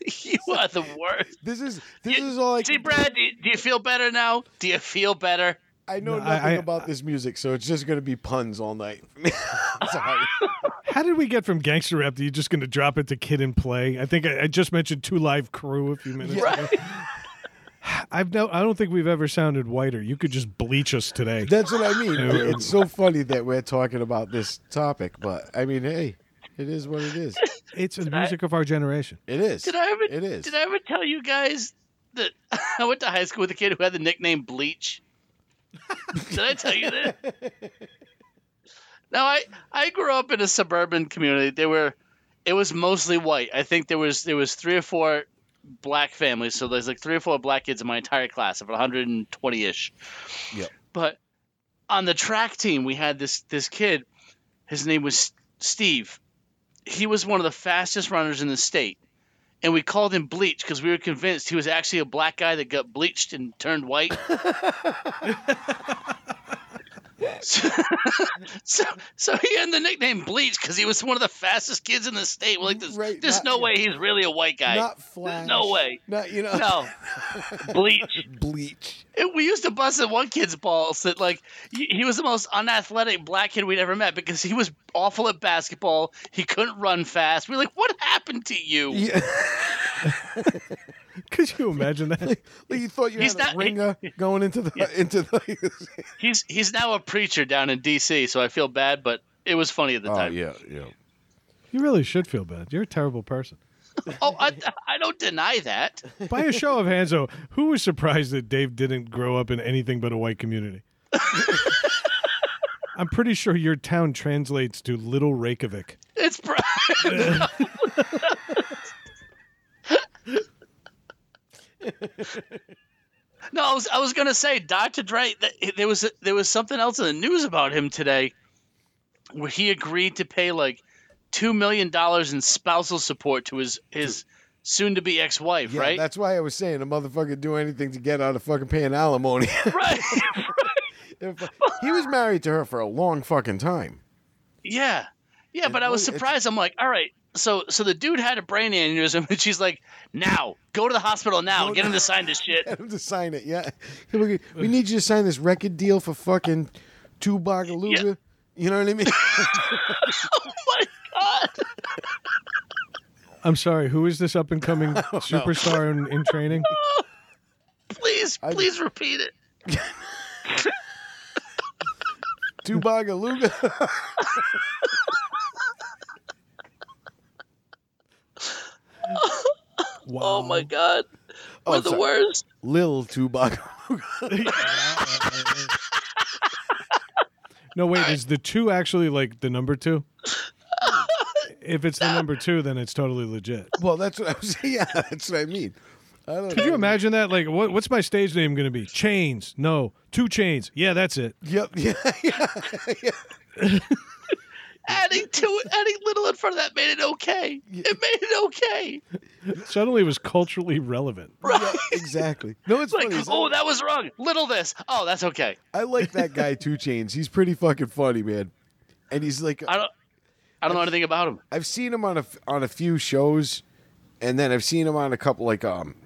Jesus! you are the worst. This is this is all I See, can do. Brad, do you, do you feel better now? Do you feel better? I know No, I- nothing I- about this music, so it's just gonna be puns all night. I'm Sorry. How did we get from gangster rap to you just going to drop it to kid and play? I think I, I just mentioned two live crew a few minutes ago. I've no, I don't think we've ever sounded whiter. You could just bleach us today. That's what I mean. It's so funny that we're talking about this topic, but I mean, hey, it is what it is. It's the music of our generation. It is. Did I ever? It is. Did I ever tell you guys that I went to high school with a kid who had the nickname Bleach. Did I tell you that? Now I I grew up in a suburban community. They were it was mostly white. I think there was there was three or four black families. So there's like three or four black kids in my entire class of 120 ish. Yep. But on the track team, we had this this kid. His name was Steve. He was one of the fastest runners in the state, and we called him Bleach because we were convinced he was actually a black guy that got bleached and turned white. So, so, so he had the nickname Bleach because he was one of the fastest kids in the state. We're like, there's, Right, there's no not- way he's really a white guy. Not flash. no way. Not you know. No, bleach. Bleach. And we used to bust at one kid's balls that like he he was the most unathletic black kid we'd ever met because he was awful at basketball. He couldn't run fast. We were like, what happened to you? Yeah. Could you imagine that? Like you thought you He's had not- a ringer going into the into the. He's he's now a preacher down in D.C. So I feel bad, but it was funny at the Oh, time. Oh, yeah. You really should feel bad. You're a terrible person. Oh, I, I don't deny that. By a show of hands, though, who was surprised that Dave didn't grow up in anything but a white community? I'm pretty sure your town translates to Little Reykjavik. It's pr- no. I was I was gonna say Dr. Dre. Th- there was there was something else in the news about him today, where he agreed to pay like two million dollars in spousal support to his his soon to be ex wife. Yeah, right. that's why I was saying a motherfucker do anything to get out of fucking paying alimony. right. If- he was married to her for a long fucking time. Yeah, yeah, but I was was- it's- surprised. I'm like, all right, so so the dude had a brain aneurysm, and she's like, now go to the hospital now, and get him to sign this shit. Get him to sign it. Yeah, Hey, look, we need you to sign this record deal for fucking two Bagaluga. Yeah. You know what I mean? oh my god! I'm sorry, who is this up and coming superstar in, in training? Please, I- please repeat it. two Bagaluga. Wow. Oh my god, Oh, we're the sorry. worst. Lil two Bagaluga. No, wait, is the two actually like the number two? if it's the number two, then it's totally legit. Well, that's what I was. Yeah, that's what I mean. I don't Could you imagine that? Like, what, what's my stage name going to be? Chains. No, two chains. Yeah, that's it. Yep. Yeah. Yeah. yeah. Adding to adding little in front of that made it okay. It made it okay. Suddenly it was culturally relevant. yeah exactly. No, it's Like, funny. is oh, that was wrong. Little this. Oh, that's okay. I like that guy Two Chains. He's pretty fucking funny, man. And he's like, I don't. I don't know anything about him. I've seen him on a on a few shows, and then I've seen him on a couple like um.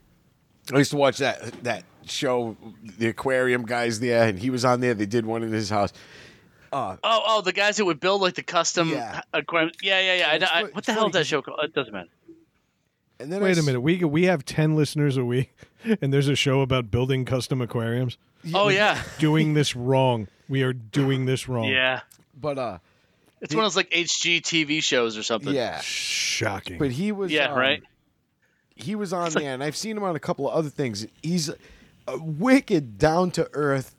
I used to watch that that show, the aquarium guys there, and he was on there. They did one in his house. Oh, oh, the guys who would build like the custom Yeah. aquarium. Yeah, yeah, yeah. I, know- It's I, what fu- the it's hell funny is that 'cause- show called? It doesn't matter. And then I Wait a s- minute. We we have 10 listeners a week, and there's a show about building custom aquariums. Oh yeah, Doing this wrong. We are doing this Oh. wrong. yeah. But uh, It's one of those like HGTV shows or something. yeah. Shocking. But he was Yeah, um, right. He was on there, and I've seen him on a couple of other things. He's a wicked, down to earth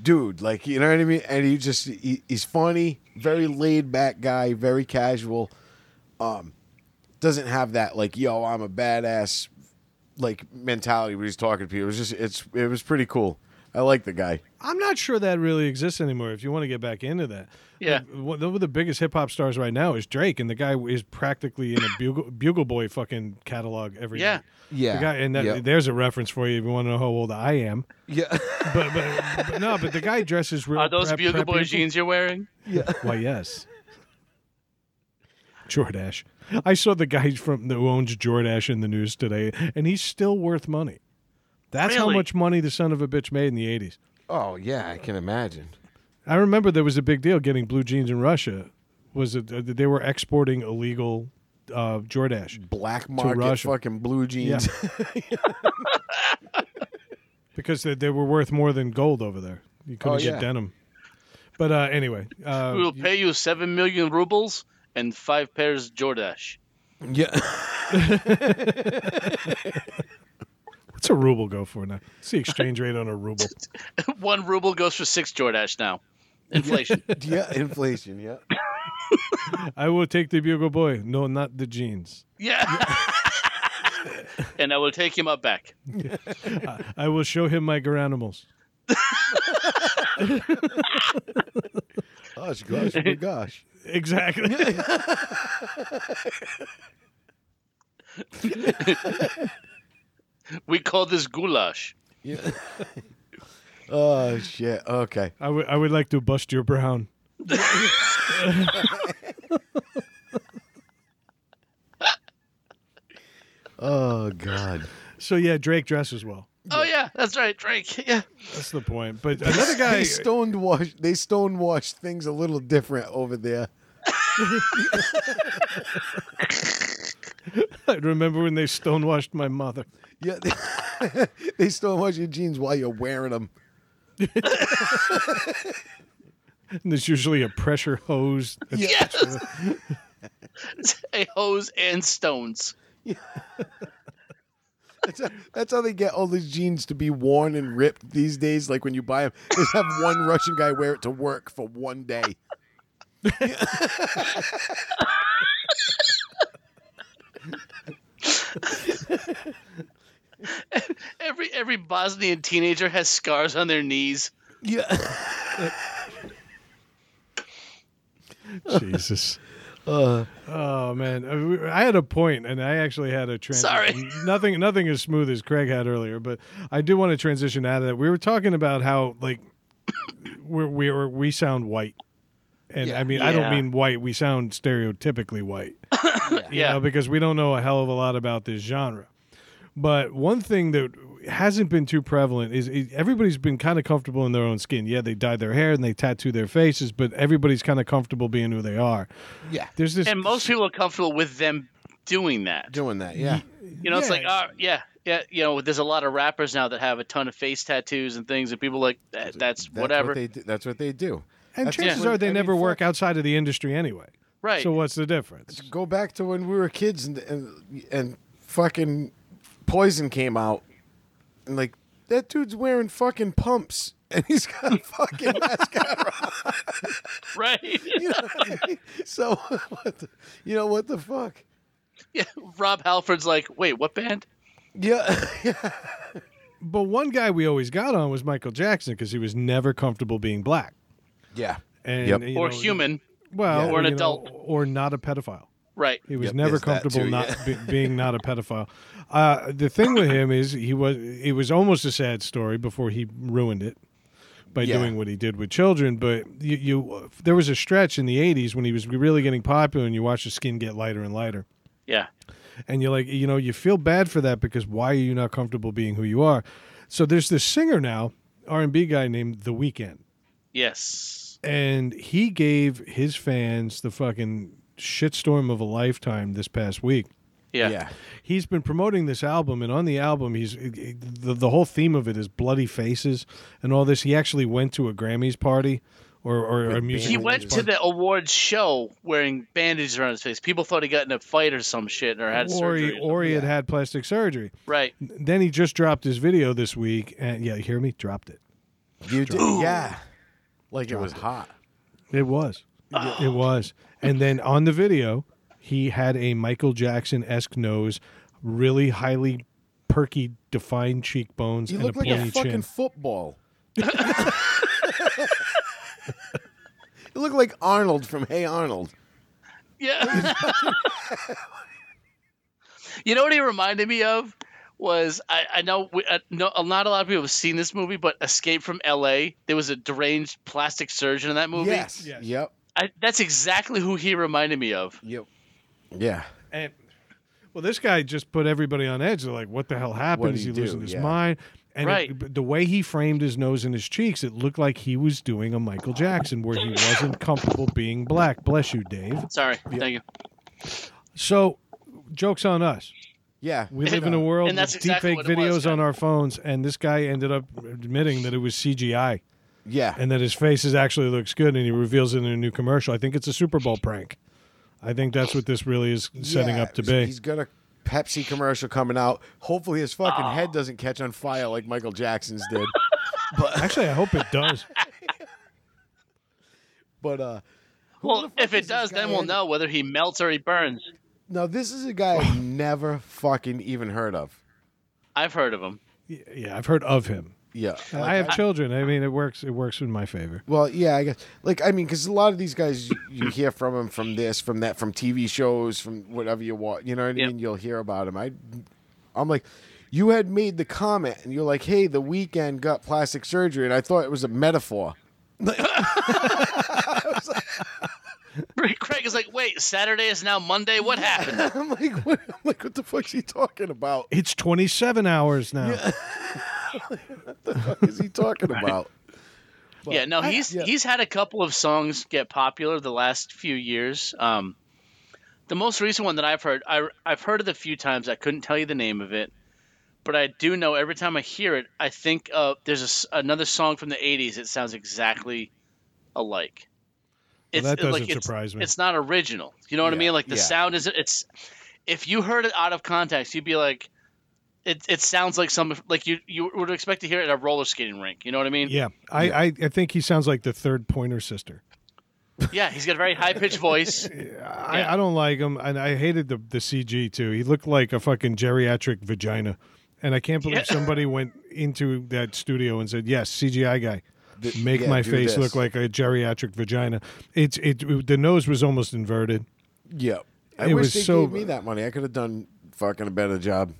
dude. Like you know what I mean. And he just he, he's funny, very laid back guy, very casual. Um, doesn't have that like yo, I'm a badass like mentality when he's talking to people. It was just it's it was pretty cool. I like the guy. I'm not sure that really exists anymore. If you want to get back into that, Yeah. Like, one of the biggest hip hop stars right now is Drake, and the guy is practically in a bugle, bugle boy fucking catalog every Yeah. night. Yeah. The guy, and that, Yep. there's a reference for you if you want to know how old I am. Yeah, But, but, but no, but the guy dresses real. Are those prep- Bugle preppy. Boy jeans you're wearing? Why yes. Jordash. I saw the guy from who owns Jordash in the news today, and he's still worth money. That's how Really? much money the son of a bitch made in the '80s. oh yeah, I can imagine. I remember there was a big deal getting blue jeans in Russia. Was it uh, they were exporting illegal uh, Jordache Black market Russia. fucking blue jeans. because they, they were worth more than gold over there. You couldn't Oh, get yeah. denim. But uh, anyway, Oh, uh, We will pay you seven million rubles and five pairs Jordash. yeah. What's a ruble go for now? What's the exchange rate on a ruble? One ruble goes for six Jordash now. Inflation. yeah, inflation. Yeah. I will take the bugle boy. No, not the jeans. yeah. and I will take him up back. I will show him my garanimals. Gosh, gosh, my gosh. Exactly. We call this goulash. Yeah. oh shit. Okay. I would I would like to bust your brown. Oh god. So yeah, Drake dresses well. Oh yeah, that's right, Drake. Yeah. That's the point. But another guy They stoned wash. They stone washed things a little different over there. I remember when they stonewashed my mother. Yeah. They, they stone wash your jeans while you're wearing them. And there's usually a pressure hose. Yes. A hose and stones. That's how, that's how they get all these jeans to be worn and ripped these days. Like when you buy them, they just have one Russian guy wear it to work for one day. Every every Bosnian teenager has scars on their knees. Yeah. Jesus. Uh. oh man, I- we- I had a point, and I actually had a transition. Sorry. nothing, nothing as smooth as Craig had earlier, but I do want to transition out of that. We were talking about how like we're, we're we sound white, and I mean I don't Yeah. mean white. We sound stereotypically white. you Yeah. know, because we don't know a hell of a lot about this genre. But one thing that hasn't been too prevalent is, is everybody's been kind of comfortable in their own skin. Yeah, they dye their hair and they tattoo their faces, but everybody's kind of comfortable being who they are. Yeah. There's this And most people are comfortable with them doing that. Doing that. Yeah. You know, it's Yeah. like, uh, yeah, yeah, you know, there's a lot of rappers now that have a ton of face tattoos and things, and people are like that, that's, That's whatever, What they do. That's what they do. and That's chances what- are they I mean, never work fuck, outside of the industry anyway. right? So what's the difference? Go back to when we were kids and and, and fucking poison came out, and like that dude's wearing fucking pumps. And he's got a fucking mascara. right? You know? So, what the, you know what the fuck? yeah. Rob Halford's like, wait, what band? Yeah, But one guy we always got on was Michael Jackson because he was never comfortable being black yeah, and Yep. you or know, human? well, Yeah. or an adult, adult. or not a pedophile. Right. He was Yep, never yes, that comfortable too, not yeah. be, being not a pedophile. Uh, the thing with him is he was it was almost a sad story before he ruined it by Yeah. doing what he did with children. But you, you there was a stretch in the '80s when he was really getting popular, and you watch the skin get lighter and lighter, Yeah. and you're like, you know, you feel bad for that because why are you not comfortable being who you are? So there's this singer now, R&B guy named The Weeknd Yes. and he gave his fans the fucking shitstorm of a lifetime this past week. Yeah. He's been promoting this album, and on the album, he's the, the whole theme of it is bloody faces and all this. He actually went to a Grammys party or, or a music. He Yeah, went to the awards show wearing bandages around his face. People thought he got in a fight or some shit or had or surgery. he, or or he had Yeah. had plastic surgery. something. right. Then he just dropped his video this week, and yeah, hear me, dropped it. You did, yeah. Like it was hot. It was, Oh. it was. And then on the video, he had a Michael Jackson esque nose, really highly perky, defined cheekbones, You and a look like pointy a fucking chin. football. you look like Arnold from Hey Arnold. Yeah. you know what he reminded me of was I, I know we, uh, no, not a lot of people have seen this movie, but Escape from L.A. There was a deranged plastic surgeon in that movie. Yes. Yes. Yep. I, that's exactly who he reminded me of. Yep. Yeah. And well, this guy just put everybody on edge. They're like, "What the hell What'd happened? Is he he losing do? his Yeah. mind?" And it- Right. but the way he framed his nose and his cheeks, it looked like he was doing a Michael Jackson, where he wasn't comfortable being black. Bless you, Dave. Sorry, thank you. So, jokes on us. Yeah. We live in a world And with that's exactly deepfake what it videos was, on yeah. our phones, and this guy ended up admitting that it was CGI Yeah. and that his face is actually looks good, and he reveals it in a new commercial. I think it's a Super Bowl prank. I think that's what this really is setting Yeah, up to he's- be. He's got a Pepsi commercial coming out. Hopefully, his fucking head doesn't catch on fire like Michael Jackson's did. but Actually, I hope it does. but uh, who the Well, fuck if is it this does, guy then we'll anyway? know whether he melts or he burns. Now this is a guy I've never fucking even heard of. I've heard of him. Y- Yeah, I've heard of him. Yeah, I have children. I mean, it works. It works in my favor. Well, yeah, I guess. Like, I mean, because a lot of these guys, you, you hear from them from this, from that, from TV shows, from whatever you watch. You know what I Yep. mean? You'll hear about them. I, I'm like, you had made the comment, and you're like, "Hey, the weekend got plastic surgery," and I thought it was a metaphor. Craig is like, wait, Saturday is now Monday. What happened? I'm like, what, I'm like, what the fuck's he talking about? It's 27 hours now. What is he talking about? yeah, no, he's yeah. he's had a couple of songs get popular the last few years. Um, the most recent one that I've heard, I, I've heard it a few times. I couldn't tell you the name of it, but I do know every time I hear it, I think uh, there's a s another song from the '80s that sounds exactly alike. It's, that doesn't like, it's- surprise me. It's not original. You know what I Yeah, mean? Like the yeah. sound is it's. If you heard it out of context, you'd be like, it, it sounds like some like you you would expect to hear it at a roller skating rink. You know what I mean? Yeah, I, I, I think he sounds like the third pointer sister. Yeah, he's got a very high pitched voice. I, I don't like him, and I hated the the CG too. He looked like a fucking geriatric vagina, and I can't believe Yeah. somebody went into that studio and said, "Yes, CGI guy." Th- Make yeah, my do face this." look like a geriatric vagina. It's it. The nose was almost inverted. Yeah, I It wish was they so- gave me that money. I could have done fucking a better job.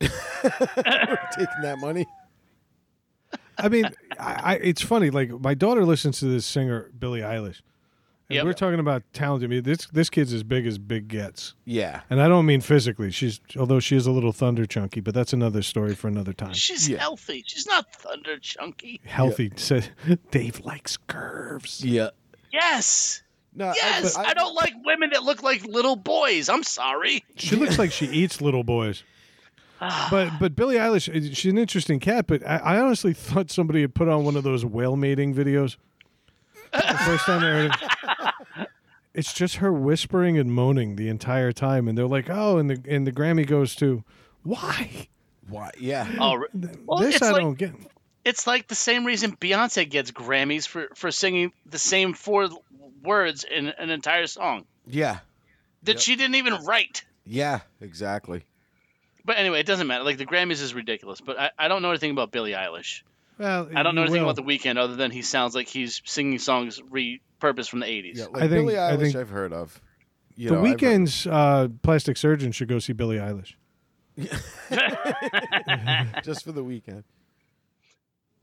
Taking that money. I mean, I, I, it's funny. Like my daughter listens to this singer Billie Eilish, and Yep. we're talking about talented. I mean, this this kid's as big as big gets, Yeah. and I don't mean physically. She's although she is a little thunder chunky, but that's another story for another time. She's Yeah. healthy. She's not thunder chunky. Healthy said, Dave likes curves. Yeah. Yes. No, I- Yes. but I, don't like women that look like little boys. I'm sorry. She looks like she eats little boys. Ah. But but Billie Eilish, eh, she's an interesting cat. But I, I honestly thought somebody had put on one of those whale mating videos. The first time I heard it, it's just her whispering and moaning the entire time, and they're like, "Oh," and the and the Grammy goes to, "Why?" Why? Yeah. Oh, re- well, this it's I like don't get. it's like the same reason Beyonce gets Grammys for for singing the same four words in an entire song Yeah. that she didn't even write. Yeah. Exactly. But anyway, it doesn't matter. Like the Grammys is ridiculous. But I, I don't know anything about Billie Eilish. Well, I don't know you anything will. about the weekend other than he sounds like he's singing songs repurposed from the '80s. Yeah. Like I think- Billie I Eilish, think- I've heard of. You The know, I've heard- weekend's uh, plastic surgeon should go see Billie Eilish. just for the weekend.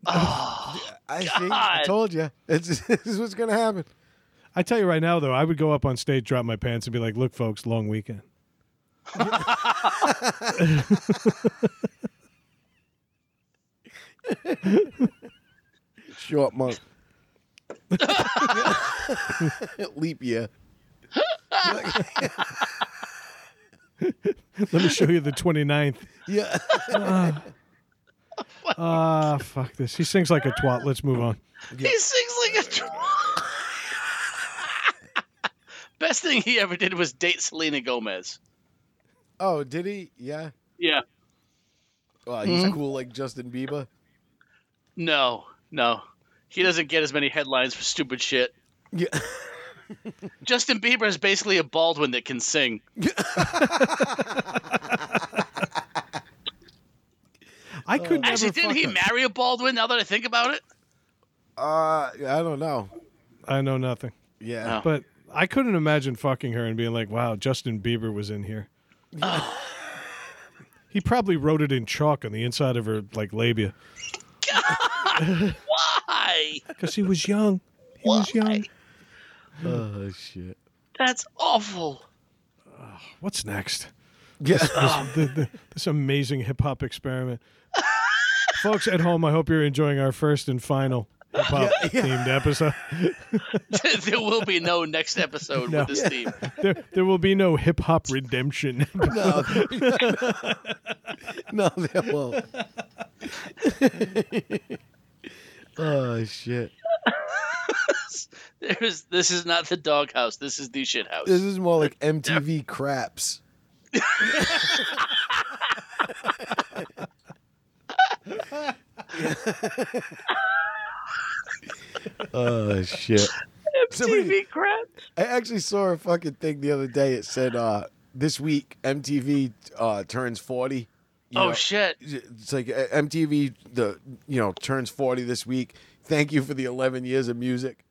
Oh, I see. I God. told you. It's, this is what's gonna happen. I tell you right now, though, I would go up on stage, drop my pants, and be like, "Look, folks, long weekend." Short month. Leap year. Let me show you the 29th. Yeah. Ah, fuck this. He sings like a twat. Let's move on. he sings like a. Best thing he ever did was date Selena Gomez. Oh, did he? Yeah. Yeah. Well, he's cool like Justin Bieber. No, no, he doesn't get as many headlines for stupid shit. Yeah. Justin Bieber is basically a Baldwin that can sing. I could never. Actually, didn't he fuck marry a Baldwin? Now that I think about it, Uh, I don't know. a- I know nothing, Yeah. No. but I couldn't imagine fucking her and being like, "Wow, Justin Bieber was in here." he probably wrote it in chalk on the inside of her like labia why? because he was young. He was young. Oh shit. That's awful. What's next? Yeah. the, the, this amazing hip hop experiment. Folks at home, I hope you're enjoying our first and final hip hop themed episode. there will be no next episode No. with this theme. There, there will be no hip hop redemption. No. no, they won't. oh shit. There is. This is not the doghouse. This is the shit house. This is more like MTV craps. Oh shit. Somebody- TV crap. I actually saw a fucking thing the other day. It said uh, this week MTV uh, turns forty. You Oh know, shit. It's like uh, MTV the you know turns forty this week. Thank you for the eleven years of music.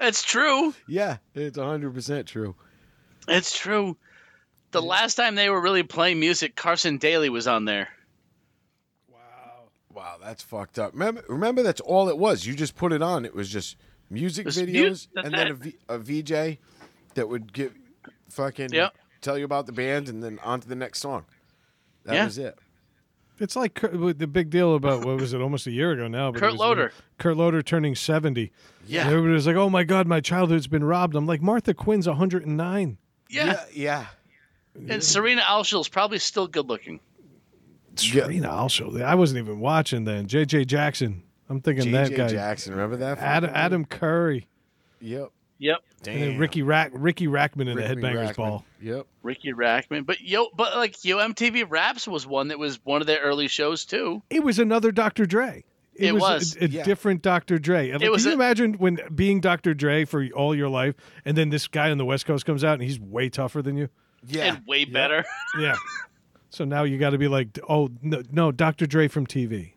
It's true. Yeah, it's hundred percent true. It's true. The last time they were really playing music, Carson Daly was on there. Wow, that's fucked up. Remember, remember that's all it was. You just put it on. It was just music Just mu- videos that's and then a, it. v, a VJ that would give fucking Yep. tell you about the band and then on to the next song. That Yeah. was it. It's like Kurt, with the big deal about what was it almost a year ago now? But it Kurt was- Loder. Kurt Loder turning seventy. Yeah. And everybody was like, "Oh my god, my childhood's been robbed." I'm like, Martha Quinn's 109. Yeah. yeah. And Serena Alshill's probably still good looking. Yeah. Serena also. I wasn't even watching then. J.J. Jackson. I'm thinking that guy. JJ Jackson, remember that? Adam, fucking- Adam Curry Yep. Yep. and then Ricky Rack Ricky Rackman in Ricky the Headbangers Rackman. Ball. Yep. Ricky Rackman. But yo but like yo MTV Raps was one that was one of their early shows too. It was another Dr. Dre. It was. a, a Yeah. different Dr. Dre. Like, was can you a- imagine when being Dr. Dre for all your life, and then this guy on the West Coast comes out and he's way tougher than you? Yeah. And way better. Yeah. so now you got to be like, oh no, no, Dr. Dre from TV.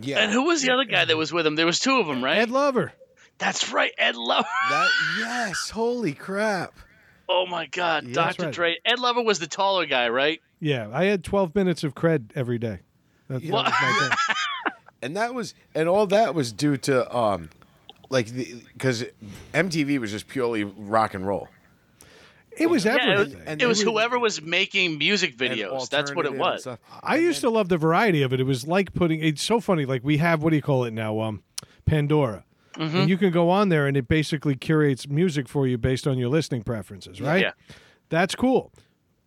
Yeah. And who was the other guy that was with him? There was two of them, right? Ed Lover. That's right, Ed Lover. that, yes. Holy crap. Oh my God, Yeah, that's Dr. right. Dre. Ed Lover was the taller guy, right? Yeah, I had 12 minutes of cred every day. That, that Yeah. was my day. And that was, and all that was due to, um, like, because MTV was just purely rock and roll. It was Yeah, it was, everything. And it was they were- whoever was making music and videos. That's what alternative it and was. stuff. I used to love the variety of it. It was like putting. It's so funny. Like we have what do you call it now? Um, Pandora, Mm-hmm. and you can go on there and it basically curates music for you based on your listening preferences. Right. Yeah. That's cool.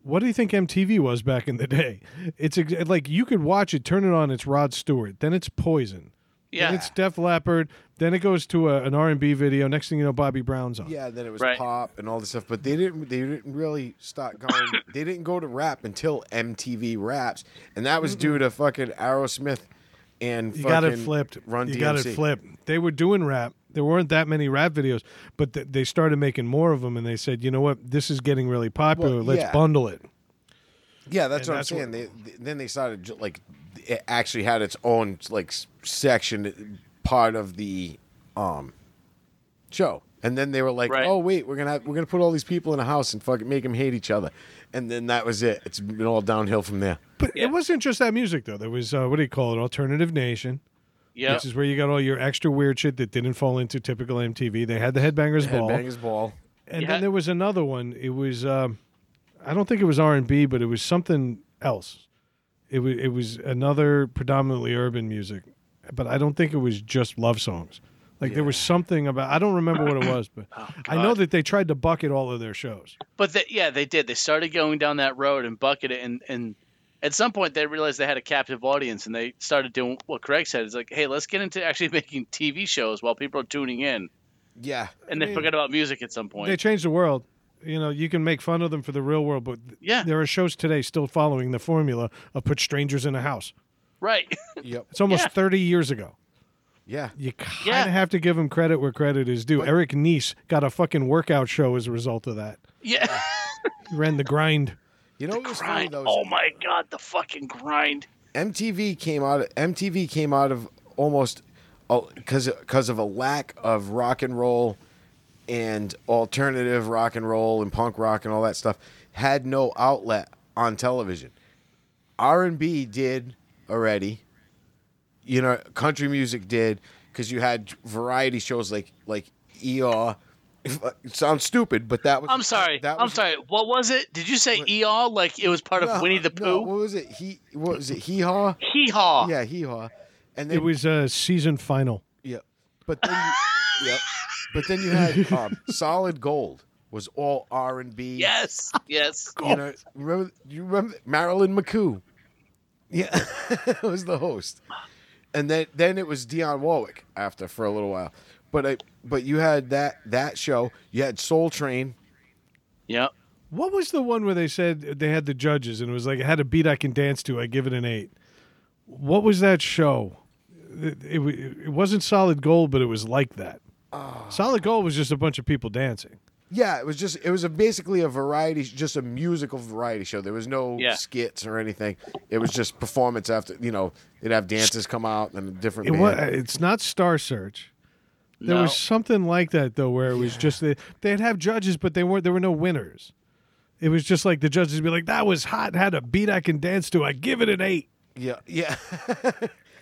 What do you think MTV was back in the day? It's ex- like you could watch it, turn it on. It's Rod Stewart. Then it's Poison. Yeah. Then it's Def Leppard. Then it goes to a, an R and B video. Next thing you know, Bobby Brown's on. Yeah, then it was Right. pop and all this stuff, but they didn't. They didn't really start going. they didn't go to rap until MTV Raps, and that was due to fucking Aerosmith and You fucking got it flipped. Run you got it DMC. flipped. They were doing rap. There weren't that many rap videos, but th- they started making more of them, and they said, "You know what? This is getting really popular. Well, Let's yeah. bundle it." Yeah, that's And what that's I'm saying. what- They, th- then they started ju- like it actually had its own like s- section uh, part of the um show. And then they were like, Right. "Oh wait, we're gonna have, we're gonna put all these people in a house and fucking make them hate each other." And then that was it. It's been all downhill from there. But Yeah. it wasn't just that music though. There was uh, what do you call it? Alternative Nation, Yeah. which is where you got all your extra weird shit that didn't fall into typical MTV. They had the Headbangers Ball, Headbangers ball. and Yeah. then there was another one. It was um, I don't think it was R and B, but it was something else. It was it was another predominantly urban music, but I don't think it was just love songs. Like there was something about I don't remember what it was, but I know Oh, God. that they tried to bucket all of their shows. But they, yeah, they did. They started going down that road and bucket it, and and at some point they realized they had a captive audience, and they started doing what Craig said. It's like, hey, let's get into actually making TV shows while people are tuning in, Yeah, and they forget about music at some They point. changed the world. You know, you can make fun of them for the real world, but th- Yeah. there are shows today still following the formula of put strangers in a house. right. yep, It's almost Yeah. 30 years ago. yeah. You kind of Yeah. have to give them credit where credit is due. Eric Nice got a fucking workout show as a result of that. yeah. He ran the grind. You know what was funny grind. though? is Oh my god, the fucking grind. MTV came out. MTV came out of almost because because of a lack of rock and roll and alternative rock and roll and punk rock and all that stuff had no outlet on television. R and B did already. You know, country music did because you had variety shows like like ER. It sounds stupid, but that was I'm sorry. That I'm sorry. What was it? Did you say ER like it was part of No, Winnie the no, Pooh? what was it? He what was it? Hee haw. Hee haw. Yeah, hee haw. And It then was a season final. yeah, but then you, yeah, but then you had um, solid gold was all R and B. Yes. Yes. you know, remember you remember Marilyn McCoo? Yeah, was the host, and then then it was Dionne Warwick after for a little while. But I but you had that that show. You had Soul Train. Yep. What was the one where they said they had the judges and it was like, I had a beat I can dance to. I give it an eight. What was that show? It, it, wa- it wasn't Solid Gold, but it was like that. Solid Gold was just a bunch of people dancing. Yeah, it was just it was a, basically a variety, just a musical variety show. There was no Yeah. skits or anything. It was just performance after you know they'd have dances come out and a different. It band. was, it's not Star Search. There no. was something like that though, where it was just the, they'd have judges, but they weren't. There were no winners. It was just like the judges would be like, "That was hot. Had a beat I can dance to. I give it an eight. Yeah, yeah.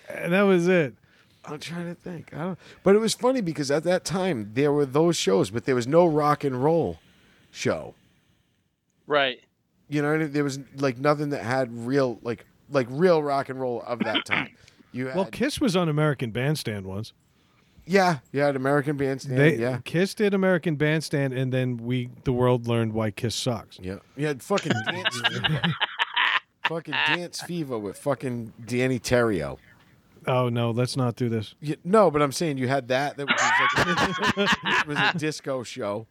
and that was it. I'm trying to think. I don't. But it was funny because at that time there were those shows, but there was no rock and roll show. Right. You know, what I mean? there was like nothing that had real like like real rock and roll of that time. You had, Well, Kiss was on American Bandstand once. yeah, you had American Bandstand. They yeah, Kiss did American Bandstand, and then we, the world, learned why Kiss sucks. yeah. You had fucking dance fever. fucking dance fever with fucking Danny Terrio. Oh no, let's not do this. Yeah, no, but I'm saying you had that. That was, like, it was a disco show.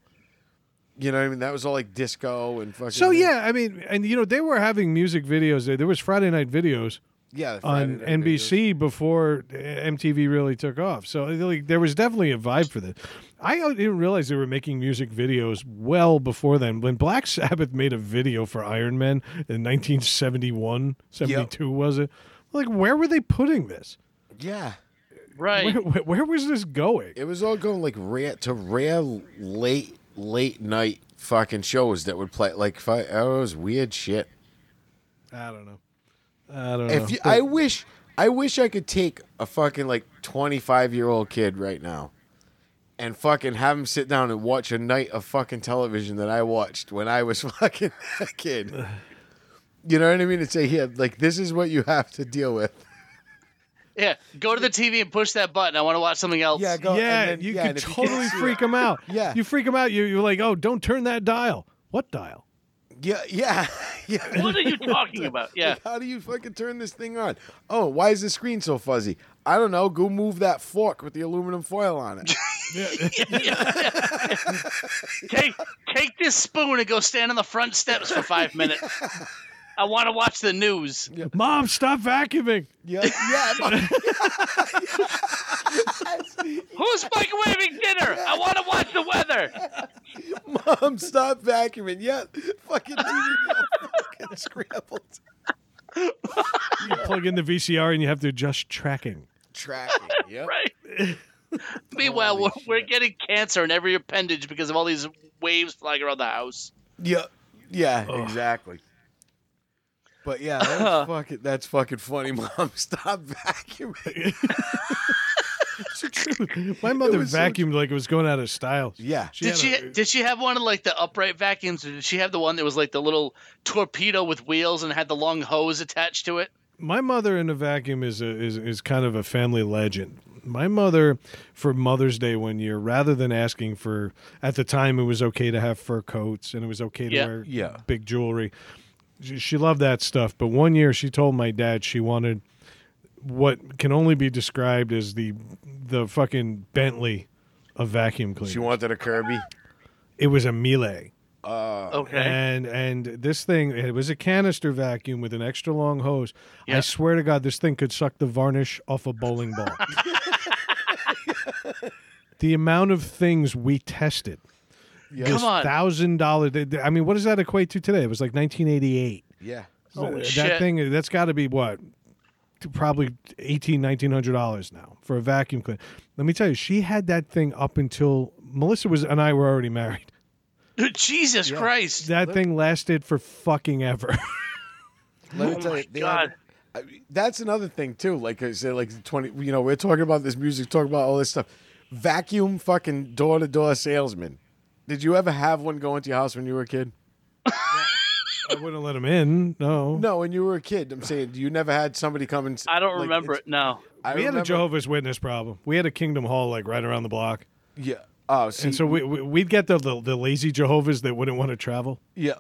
You know what I mean? That was all like disco and fucking. So yeah, I mean, and you know, they were having music videos. There, there was Friday night videos yeah. the on Friday night videos. NBC before uh, MTV really took off. So like, there was definitely a vibe for this. I uh, didn't realize they were making music videos well before then. When Black Sabbath made a video for Iron Man in 1971, 72 was it? Like, where were they putting this? Yeah, Right. Where, where, where was this going? it was all going like rare to rare late late night fucking shows that would play like fi- oh, it was weird shit. I don't know. I don't know. If you, I wish, I wish I could take a fucking like twenty five year old kid right now, and fucking have him sit down and watch a night of fucking television that I watched when I was fucking a kid. You know what I mean? And say, yeah, like this is what you have to deal with. Yeah. Go to the TV and push that button. I want to watch something else. go. yeah, you could totally freak him out. Yeah. you freak him out. You, you're like, oh, don't turn that dial. What dial? Yeah, yeah, yeah. What are you talking about? Yeah. Like, how do you fucking turn this thing on? Oh, why is the screen so fuzzy? I don't know. Go move that fork with the aluminum foil on it. Take take this spoon and go stand on the front steps for five minutes. I want to watch the news. Mom, stop vacuuming. yeah, yeah. Who's microwaving dinner? I want to watch the weather. Mom, stop vacuuming. Yeah, fucking TV all fucking scrambled. You plug in the VCR and you have to adjust tracking. Tracking. Yep. Right. Meanwhile, we're, we're getting cancer in every appendage because of all these waves flying around the house. Yep. Yeah, exactly. But yeah, that's fucking, that's fucking funny, Mom. Stop vacuuming. My mother was so vacuumed like it was going out of style. Yeah. Did she had a- did she have one of like the upright vacuums, or did she have the one that was like the little torpedo with wheels and had the long hose attached to it? my mother in a vacuum is a, is is kind of a family legend. My mother, for Mother's Day one year, rather than asking for, at the time it was okay to have fur coats and it was okay to Yeah. wear Yeah. big jewelry. She, she loved that stuff, but one year she told my dad she wanted what can only be described as the the fucking Bentley of vacuum cleaners. She wanted a Kirby. Uh, it was a melee. Okay. And and this thing, it was a canister vacuum with an extra long hose. I Yeah. swear to God, this thing could suck the varnish off a bowling ball. the amount of things we tested. Come on. Thousand dollar. I mean, what does that equate to today? It was like 1988. Yeah. Holy that shit. thing, that's got to be what, probably eighteen, nineteen hundred dollars now for a vacuum cleaner. Let me tell you, she had that thing up until Melissa was and I were already married. Jesus Christ. That thing lasted for fucking ever. Let Oh me tell my you, they God. Had, I, that's another thing too. Like I said, like twenty. You know, we're talking about this music, talking about all this stuff. Vacuum fucking door to door salesman. Did you ever have one go into your house when you were a kid? I wouldn't let him in. No. No, when you were a kid. I'm saying you never had somebody come and. s- I don't like, remember it's- it. No. I we had a remember- Jehovah's Witness problem. We had a Kingdom Hall like right around the block, Yeah. Oh, see, and so we, we we'd get the, the the lazy Jehovah's that wouldn't want to travel. yeah.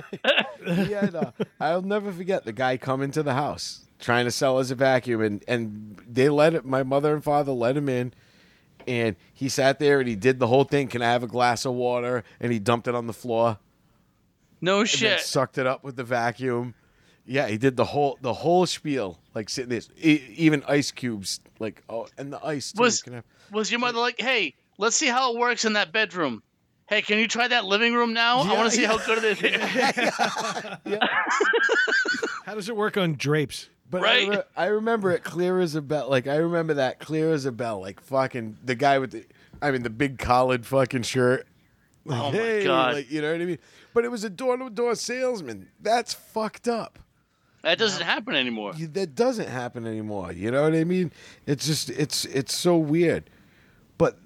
yeah. No, I'll never forget the guy coming to the house trying to sell us a vacuum, and and they let it. My mother and father let him in. and he sat there and he did the whole thing. Can I have a glass of water? And he dumped it on the floor. No and then shit. sucked it up with the vacuum. Yeah, he did the whole the whole spiel like sitting there, e- even ice cubes like oh, and the ice too. Was- Can I- Was your mother like, hey, let's see how it works in that bedroom? Hey, can you try that living room now? I Yeah, want to see yeah. how good it is. How does it work on drapes? But Right? I, re- I remember it clear as a bell. Like I remember that clear as a bell. Like fucking the guy with the, I mean the big collared fucking shirt. Like, Oh my God. Like, you know what I mean? But it was a door to door salesman. That's fucked up. that doesn't happen anymore. You- That doesn't happen anymore. You know what I mean? It's just it's it's so weird. But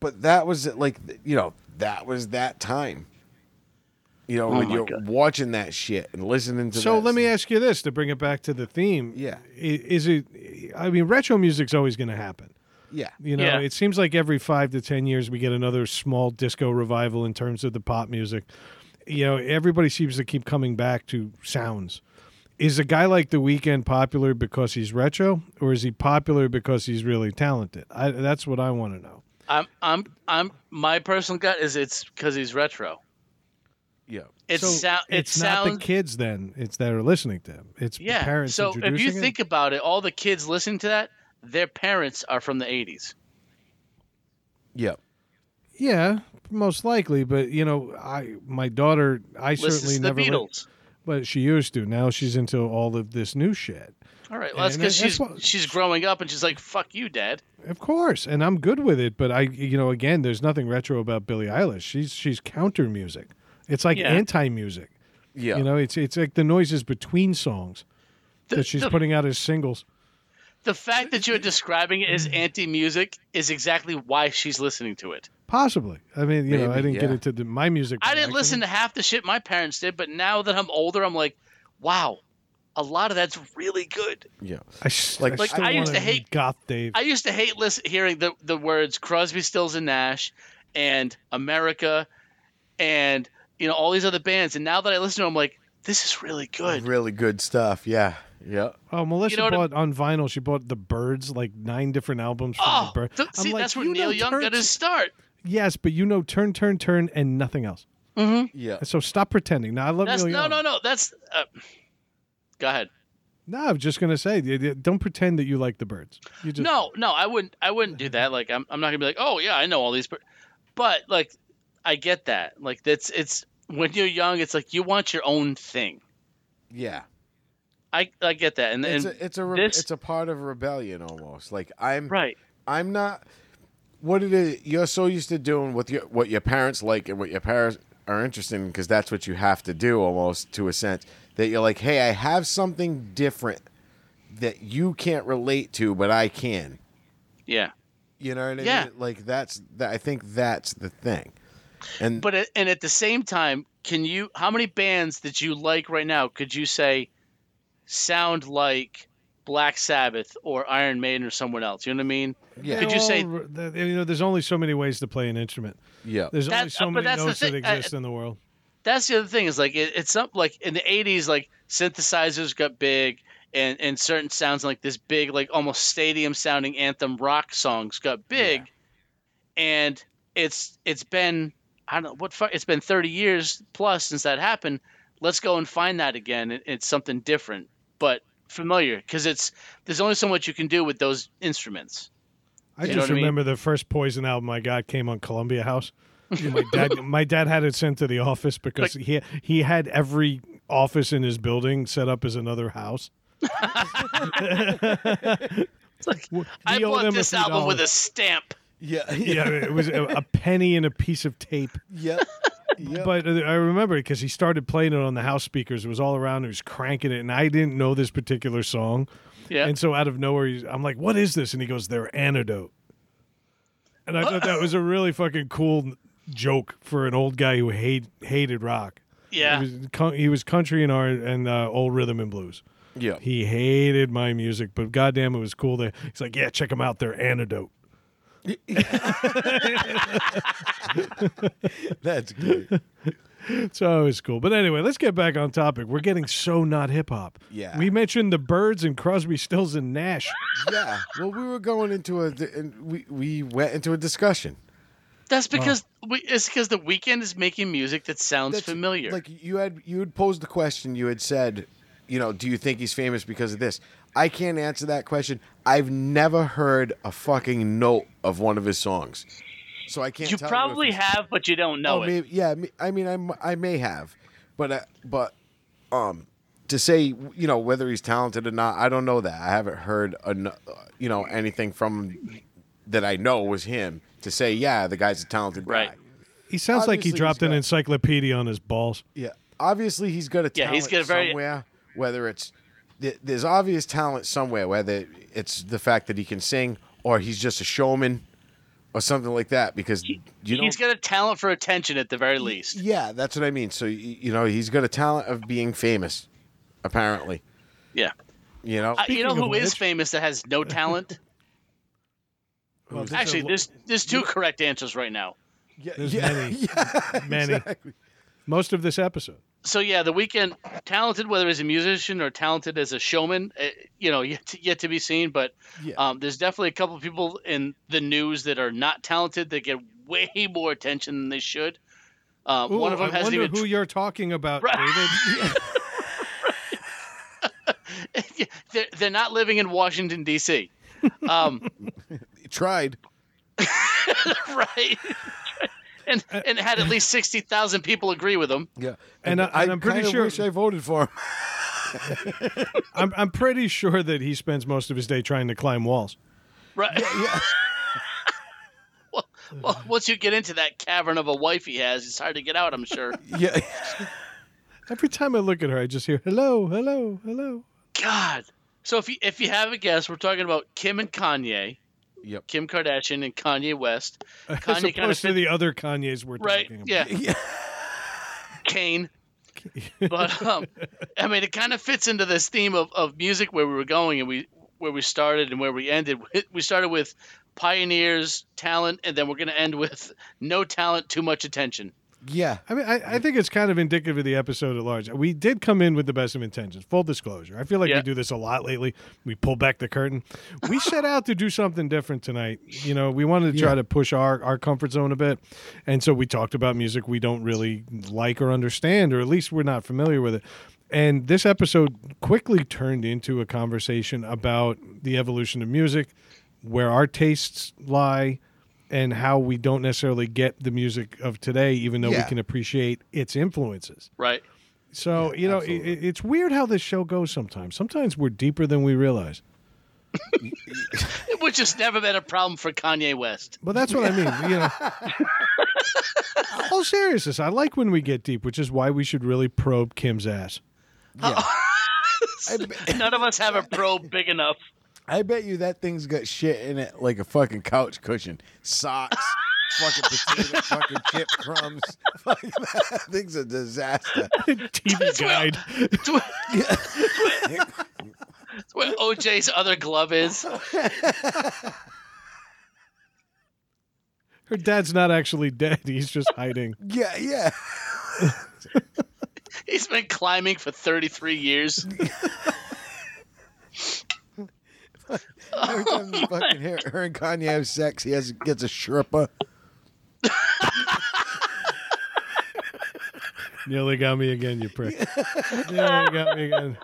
but that was it, like you know that was that time. You know when Oh my you're God. watching that shit and listening to. So this. let me ask you this to bring it back to the theme. Yeah. I- Is it, I mean, retro music's always going to happen. Yeah. You know, Yeah. it seems like every five to ten years we get another small disco revival in terms of the pop music. You know, everybody seems to keep coming back to sounds. Is a guy like The Weeknd popular because he's retro, or is he popular because he's really talented? I, that's what I want to know. I'm, I'm, I'm. My personal gut is it's because he's retro. Yeah. It's So sou- it it's sounds. not the kids then; it's that are listening to him. It's the yeah. parents so if introducing you it. think about it, all the kids listening to that, their parents are from the '80s. Yeah. yeah, most likely. But you know, I my daughter, I certainly Listens to the never, li- Beatles. but she used to. Now she's into all of this new shit. All right, well, that's And uh, because that's she's what- she's growing up and she's like, "Fuck you, Dad." Of course, and I'm good with it. But I, you know, again, there's nothing retro about Billie Eilish. She's she's counter music. It's like Yeah. anti music. Yeah. You know, it's it's like the noises between songs that she's the- putting out as singles. The fact that you're describing it Mm. as anti-music is exactly why she's listening to it. Possibly. I mean, you know, I Maybe, didn't get yeah. into the, my music. I didn't listen to half the shit my parents did, but now that I'm older, I'm like, "Wow, a lot of that's really good." yeah. I, s- Like- I, like, still I used wanna to hate- read goth Dave. I used to hate listen, hearing the, the words Crosby, Stills, and Nash, and America, and you know all these other bands. And now that I listen to them, I'm like, this is really good. Really good stuff. Yeah. Yeah. oh, Melissa know what I- bought on vinyl. She bought the Birds, like nine different albums from Oh, the Birds. th- I'm see, like, that's where you Neil know Young turn, got his start. Yes, but you know, turn, turn, turn, and nothing else. Yeah. So stop pretending. Now I love Mm-hmm. That's Neil no, Young. no, no. That's uh, go ahead. No, I'm just gonna say, y- y- don't pretend that you like the birds. You just No, no, I wouldn't. I wouldn't do that. Like, I'm, I'm not gonna be like, oh yeah, I know all these, but, but like, I get that. Like, that's it's when you're young, it's like you want your own thing. Yeah. I, I get that, and, It's and a, it's a re- this- it's a part of rebellion almost. Like I'm right. I'm not what it is you're so used to doing what your what your parents like and what your parents are interested in because that's what you have to do almost to a sense that you're like, "Hey, I have something different that you can't relate to, but I can." Yeah. You know what I Yeah. mean? Like that's that I think that's the thing. And But at, and at the same time, can you? How many bands that you like right now could you say sound like Black Sabbath or Iron Maiden or someone else? You know what I mean? yeah. could you They're say- all r- they're- you know, there's only so many ways to play an instrument. yeah. There's That- only so but many that's the notes that thing, uh, I- exist in the world. That's the other thing is like it, it's up like in the '80s, like synthesizers got big, and and certain sounds like this big, like almost stadium sounding anthem rock songs got big, and it's it's been I don't know what fu- it's been 30 years plus since that happened. Let's go and find that again. It, it's something different, but familiar because it's there's only so much you can do with those instruments. I You know just what I mean? remember the first Poison album I got came on Columbia House. my dad, my dad had it sent to the office because he he had every office in his building set up as another house. W- I he owed bought him a this few album with a dollars. stamp. Yeah. yeah, it was a, a penny and a piece of tape. Yeah. yeah. But uh, I remember it because he started playing it on the house speakers. It was all around. He was cranking it, and I didn't know this particular song. Yeah. And so out of nowhere, he's, I'm like, "What is this?" And he goes, "They're antidote." And I thought that was a really fucking cool joke for an old guy who hate, hated rock. yeah. He was, co- he was country and R and uh, old rhythm and blues. yeah. He hated my music, but goddamn, it was cool. That he's like, "Yeah, check them out. They're antidote." That's good. So it was cool. But anyway, let's get back on topic. We're getting so not hip hop. Yeah. We mentioned the birds and Crosby, Stills, and Nash. yeah. Well, we were going into a and we we went into a discussion. That's because we, it's because the weekend is making music that sounds That's- familiar. Like you had you had posed the question, you had said, you know, do you think he's famous because of this? I can't answer that question. I've never heard a fucking note of one of his songs, so I can't. you tell probably you if he's- have, but you don't know Oh, it. maybe, yeah. me- I mean, I m- I may have, but uh, but um, to say you know whether he's talented or not, I don't know that. I haven't heard an, uh, you know anything from him that I know was him to say yeah the guy's a talented Right. guy. He sounds like Obviously, he he's dropped an got- encyclopedia on his balls. Yeah, obviously he's got a Yeah, talent he's got a very- somewhere. Whether it's th- there's obvious talent somewhere, whether it's the fact that he can sing or he's just a showman or something like that. Because you know, He's got a talent for attention at the very least. yeah, that's what I mean. So y- you know, he's got a talent of being famous, apparently. Yeah. You Uh, know, you know Speaking of who is which- famous that has no talent? Well, there's Actually, a- there's there's two correct answers right now. yeah, there's many. many. exactly. Most of this episode. So yeah, the weekend talented whether as a musician or talented as a showman, eh, you know, yet to, yet to be seen. But Yeah. um, there's definitely a couple of people in the news that are not talented that get way more attention than they should. Uh, Ooh, one of them I hasn't wonder even who you're talking about, Right. David. Yeah, they're, they're not living in Washington D.C. Um, tried. right. And, Uh, and had at least sixty thousand people agree with him. Yeah, And I- and I'm pretty kinda sure- wish I voted for him. I'm, I'm pretty sure that he spends most of his day trying to climb walls. Right. yeah. well, well, once you get into that cavern of a wife he has, it's hard to get out. I'm sure. yeah, Every time I look at her, I just hear hello, hello, hello. God. So if you if you have a guess, we're talking about Kim and Kanye. Yep. Kim Kardashian and Kanye West. As Kanye opposed kind of to the other Kanyes we're right. talking about. Yeah. yeah. Kane. but um, I mean, it kind of fits into this theme of, of music where we were going and we where we started and where we ended. We started with pioneers, talent, and then we're going to end with no talent, too much attention. yeah. I mean, I, I think it's kind of indicative of the episode at large. We did come in with the best of intentions, full disclosure. I feel like Yeah. we do this a lot lately. We pull back the curtain. We set out to do something different tonight. You know, we wanted to try Yeah. to push our, our comfort zone a bit. And so we talked about music we don't really like or understand, or at least we're not familiar with it. And this episode quickly turned into a conversation about the evolution of music, where our tastes lie. And how we don't necessarily get the music of today, even though we Yeah. can appreciate its influences. Right. So, you know, i absolutely. i- it's weird how this show goes sometimes. Sometimes we're deeper than we realize. Which has never been a problem for Kanye West. But that's what I mean, you know. All seriousness, I like when we get deep, which is why we should really probe Kim's ass. yeah. None of us have a probe big enough. I bet you that thing's got shit in it like a fucking couch cushion, socks, fucking potato, fucking chip crumbs. Fucking that thing's a disaster. TV guide. It's where, it's where OJ's other glove is. Her dad's not actually dead. He's just hiding. Yeah, yeah. He's been climbing for 33 years. Every time the fucking her, her and Kanye have sex, he has gets a Sherpa. Nearly got me again, you prick. Nearly got me again.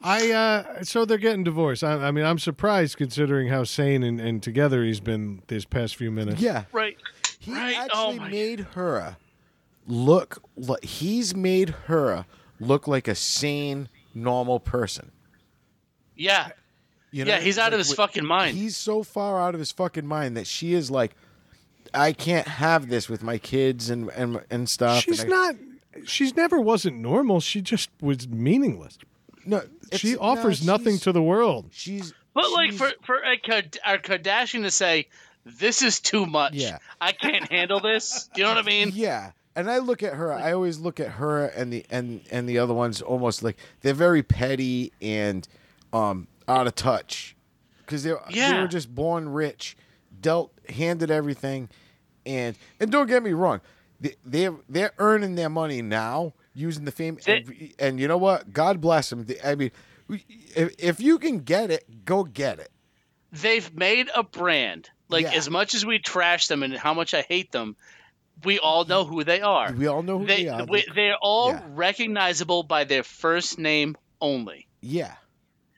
I uh, so they're getting divorced. I, I mean, I'm surprised considering how sane and, and together he's been these past few minutes. Yeah, Right. he Right, oh actually my- made her look. Like, he's made her look like a sane, normal person. Yeah. You know? Yeah, he's out of Like, his wh- fucking mind. He's so far out of his fucking mind that she is like, I can't have this with my kids and and and stuff. She's And I- not. She's never wasn't normal. She just was meaningless. No, it's- she no, offers nothing she's- to the world. She's. But like she's- for for a, Kard- our Kardashian to say this is too much. Yeah. I can't handle this. Do you know what I mean? Yeah, and I look at her. I always look at her and the and and the other ones almost like they're very petty and um out of touch because they they Yeah. were just born rich, dealt handed everything, and and don't get me wrong, they, they're they're earning their money now using the fame and, and you know what? God bless them. I mean, we- if, if you can get it, go get it. they've made a brand. Like Yeah. as much as we trash them and how much I hate them, we all know who they are. We all know who they, They are. we- they're all yeah. recognizable by their first name only. yeah.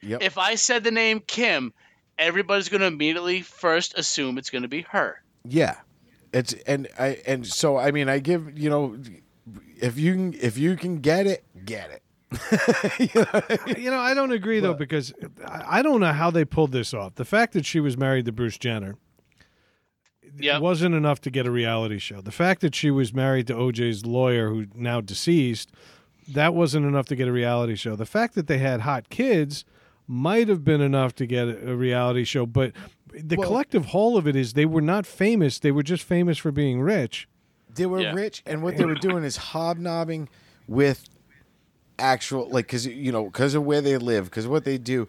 Yep. If I said the name Kim, everybody's going to immediately first assume it's going to be her. Yeah, it's and I and so I mean I give you know if you can if you can get it get it. You know what I mean? You know, I don't agree though because I I don't know how they pulled this off. The fact that she was married to Bruce Jenner Yep. wasn't enough to get a reality show. The fact that she was married to OJ's lawyer, who now deceased, that wasn't enough to get a reality show. The fact that they had hot kids might have been enough to get a a reality show, but the Well- collective whole of it is they were not famous. They were just famous for being rich. They were Yeah. rich, and what they were doing is hobnobbing with actual like because you know because of where they live, because what they do,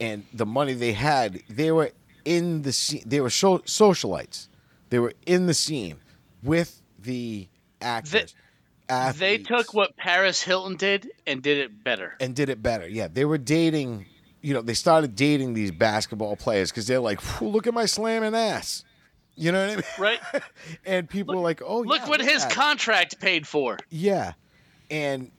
and the money they had, they were in the scene. They were sho- socialites. They were in the scene with the actors. They athletes. took what Paris Hilton did and did it better. and did it better. Yeah, they were dating. You know, they started dating these basketball players because they're like, "Phew, "Look at my slamming ass," you know what I mean? Right? And people were like, "Oh, Look yeah, what his at it." contract paid for. yeah," and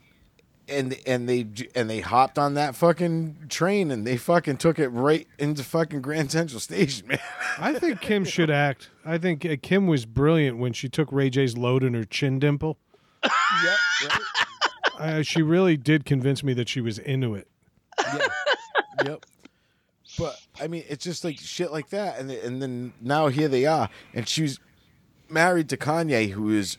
and and they j- and they hopped on that fucking train and they fucking took it right into fucking Grand Central Station, man. I think Kim should act. I think uh, Kim was brilliant when she took Ray J's load in her chin dimple. yep, right? Uh, she really did convince me that she was into it. yeah. Yep. But I mean, it's just like shit like that, and and then now here they are, and she's married to Kanye, who is,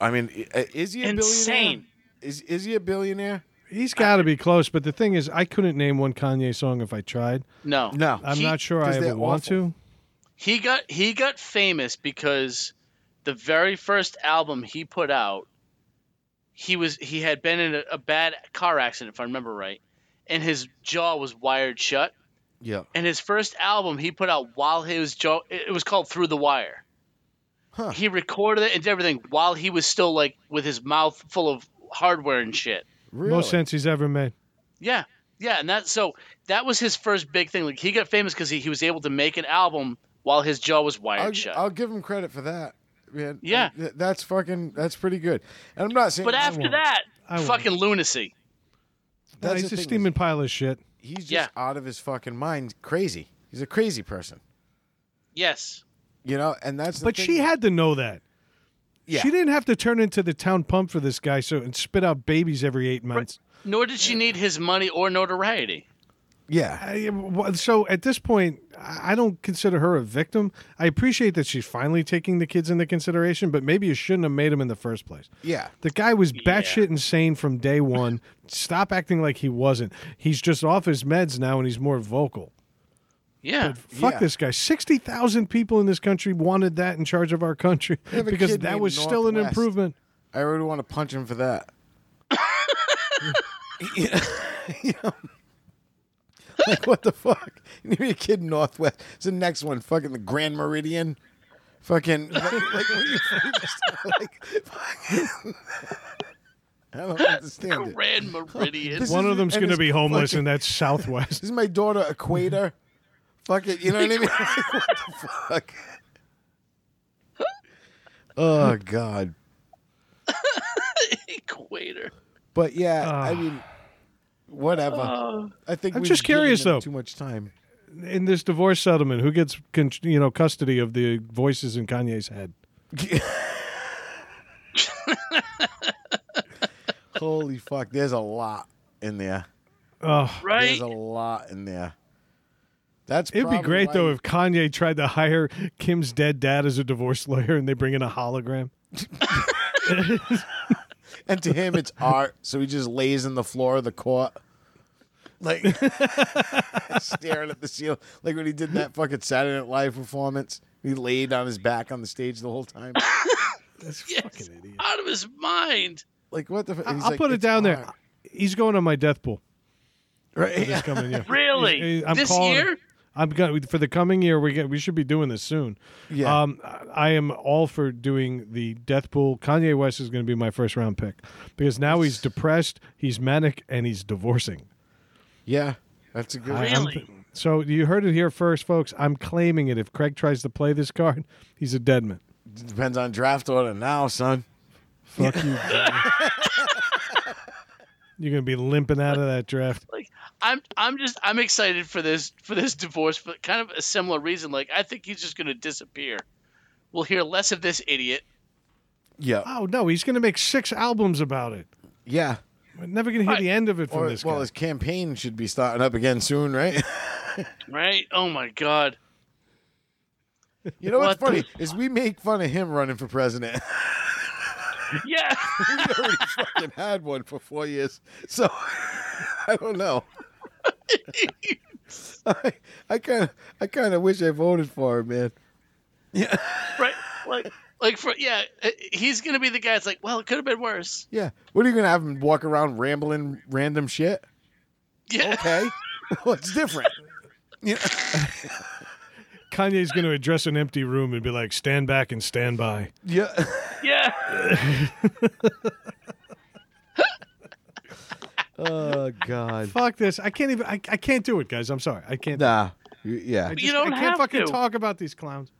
I mean, i- uh, is he a Insane. billionaire? Is is he a billionaire? He's got to be close, but the thing is, I couldn't name one Kanye song if I tried. No. No. I'm He- not sure I 'cause ever they're want awful. to. he got he got famous because the very first album he put out he was he had been in a, a bad car accident if i remember right and his jaw was wired shut Yeah. and his first album he put out while he was jaw it it was called through the wire Huh. he recorded it and did everything while he was still like with his mouth full of hardware and shit Really? Most sense he's ever made. yeah, yeah, and that so that was his first big thing. Like he got famous because he, he was able to make an album while his jaw was wired I'll, shut. I'll give him credit for that, man. Yeah. Th- that's fucking that's pretty good. And I'm not saying, but after won't. that, I won't. fucking lunacy. No, he's That's the a thing is- steaming pile of shit. he's just Yeah. out of his fucking mind, crazy. He's a crazy person, Yes, you know. And that's the But thing. she had to know that. yeah. She didn't have to turn into the town pump for this guy so and spit out babies every eight months. nor did she need his money or notoriety. yeah. I- wha- so at this point, I I don't consider her a victim. I appreciate that she's finally taking the kids into consideration, but maybe you shouldn't have made him in the first place. Yeah. The guy was batshit insane from day one. Stop acting like he wasn't. He's just off his meds now and he's more vocal. Yeah, Fuck Yeah. this guy. 60,000 people in this country wanted that in charge of our country have a because kid that named was still an Northwest. improvement. I already want to punch him for that. You know? Like what the fuck? You need a kid in Northwest. It's the next one, fucking the Grand Meridian. Fucking like, like, what are you- like fucking- I don't understand it. Grand Meridian. This One is- of them's and going to it's be homeless, fucking- and that's Southwest. This is my daughter Equator. fuck it, you know what I mean? Like, what the fuck? Oh god. Equator. But yeah, I mean, whatever. I think Ah. I'm we've just given curious, them though. Too much time. In this divorce settlement, who gets con- you know custody of the voices in Kanye's head? Holy fuck! There's a lot in there. Oh, Right? There's a lot in there. That's it'd be probably great why- though if Kanye tried to hire Kim's dead dad as a divorce lawyer, and they bring in a hologram. and to him it's art, so he just lays in the floor of the court, like staring at the ceiling, like when he did that fucking Saturday Night Live performance. He laid on his back on the stage the whole time. That's Yes. fucking idiot. Out of his mind. Like what the? Fuck? I'll put it down there. He's going on my death pool Right? this coming year. Really? He's- I'm this calling year? him. I'm going for the coming year. We get, we should be doing this soon. Yeah. Um, I I am all for doing the death pool. Kanye West is going to be my first round pick because now he's depressed, he's manic, and he's divorcing. Yeah, that's a good. I- I'm Really? th- So you heard it here first, folks. I'm claiming it. If Craig tries to play this card, he's a dead man. Depends on draft order now, son. Fuck you. Jimmy. You're gonna be limping out of that draft. Like I'm I'm just I'm excited for this for this divorce for kind of a similar reason. Like I think he's just gonna disappear. We'll hear less of this idiot. Yeah. Oh no, he's gonna make six albums about it. Uh, Yeah. We're never gonna hear the end of it from Or, this well, guy. his campaign should be starting up again soon, right? Right? Oh my god. You know what's What funny the- is we make fun of him running for president. Yeah. we already fucking had one for four years, so I don't know. I kind of, I kind of wish I voted for him, man. right. Like like for yeah, uh, he's gonna be the guy that's like, well, it could have been worse. Yeah. What are you gonna have him walk around rambling random shit? Yeah. Okay. well, it's different. Yeah. Kanye's gonna address an empty room and be like, "Stand back and stand by." Yeah. Yeah. Oh God. Fuck this. I can't even. I, I can't do it, guys. I'm sorry. I can't. Nah. You- Yeah. I You don't I can't have fucking to. talk about these clowns.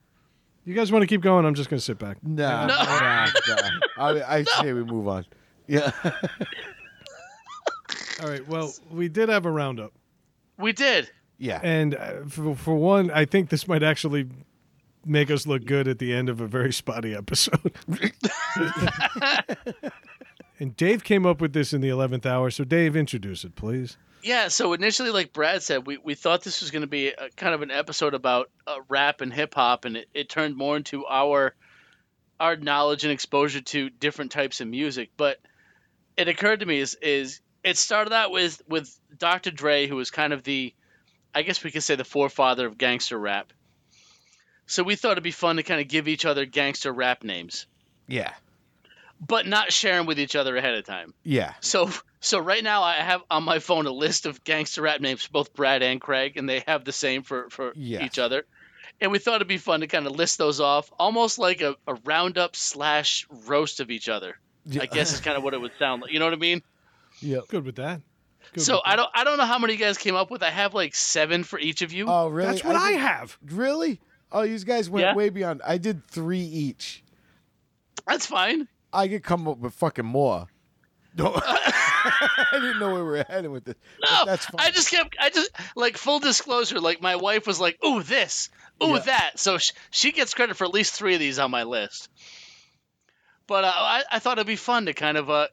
You guys want to keep going? I'm just gonna sit back. Nah. No. Nah. nah. I, I say we move on. Yeah. All right. Well, we did have a roundup, We did. Yeah. and uh, for, for one, I think this might actually make us look good at the end of a very spotty episode. and Dave came up with this in the eleventh hour. So Dave, introduce it, please. Yeah, so initially, like Brad said, we, we thought this was going to be a, kind of an episode about uh, rap and hip hop, and it, it turned more into our our knowledge and exposure to different types of music. But it occurred to me is is it started out with with Dr. Dre, who was kind of the, I guess we could say the forefather of gangster rap. So we thought it'd be fun to kind of give each other gangster rap names, Yeah. but not share them with each other ahead of time. Yeah. So so right now I have on my phone a list of gangster rap names for both Brad and Craig, and they have the same for, for Yes. each other. And we thought it'd be fun to kind of list those off, almost like a, a roundup slash roast of each other. Yeah. I guess is kind of what it would sound like. You know what I mean? Yep. Good with that. Good So with I don't I don't know how many you guys came up with. I have like seven for each of you. Oh, really? That's what I, did- have. Really? Oh, you guys went Yeah. way beyond. I did three each. That's fine. I could come up with fucking more. No. I didn't know where we were heading with this. but No, that's fine. Oh, I just kept I just like full disclosure. Like my wife was like, "Ooh, this, ooh, Yeah. that." So sh- she gets credit for at least three of these on my list. But uh, I, I thought it'd be fun to kind of uh,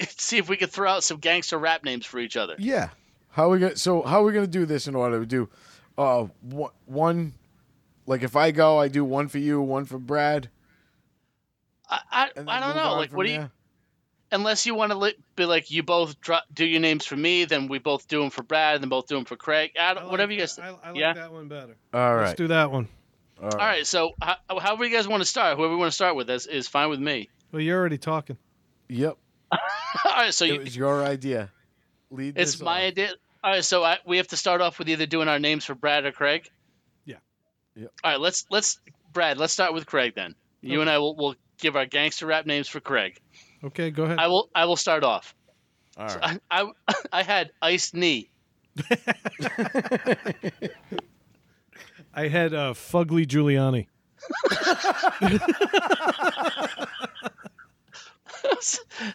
see if we could throw out some gangster rap names for each other. Yeah. How we gonna? So how are we gonna do this in order? We do, uh, one, one, like if I go, I do one for you, one for Brad. I I, And then I don't move know. on Like, from what do you? there. Unless you want to li- be like, you both dro- do your names for me, then we both do them for Brad, and then both do them for Craig. I don't, whatever you guys. I, I like yeah. that one better. All Let's right. do that one. All right. All right. So how, however you guys want to start, whoever you want to start with is, is fine with me. Well, you're already talking. Yep. All right. So you, It was your idea. Lead. It's this my off. idea. All right, so I, we have to start off with either doing our names for Brad or Craig. Yeah. Yep. All right, let's let's Brad. Let's start with Craig then. You and I will will give our gangster rap names for Craig. Okay, go ahead. I will I will start off. All right. I I, I had Ice Knee. I had uh, Fugly Giuliani.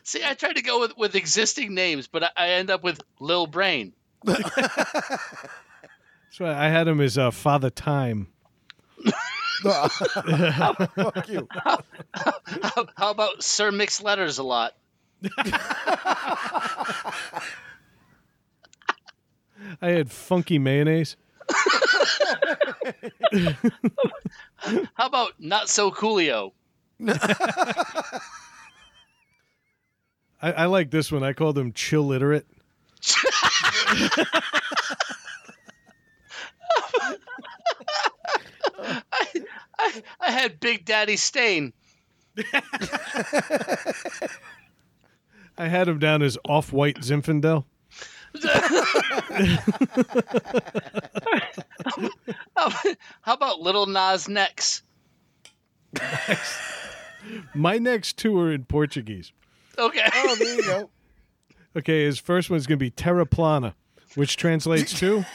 See, I tried to go with with existing names, but I, I end up with Lil Brain. So I I had him as uh, Father Time. Fuck you. How, how about Sir Mix Letters a lot? I had Funky Mayonnaise. How about Not So Coolio? I, I like this one. I called him Chill Literate. I, I had Big Daddy Stain. I had him down as Off White Zinfandel. How, how about Little Nas Nex? My next two are in Portuguese. Okay. Oh, there you go. Okay, his first one's going to be Terra Plana, which translates to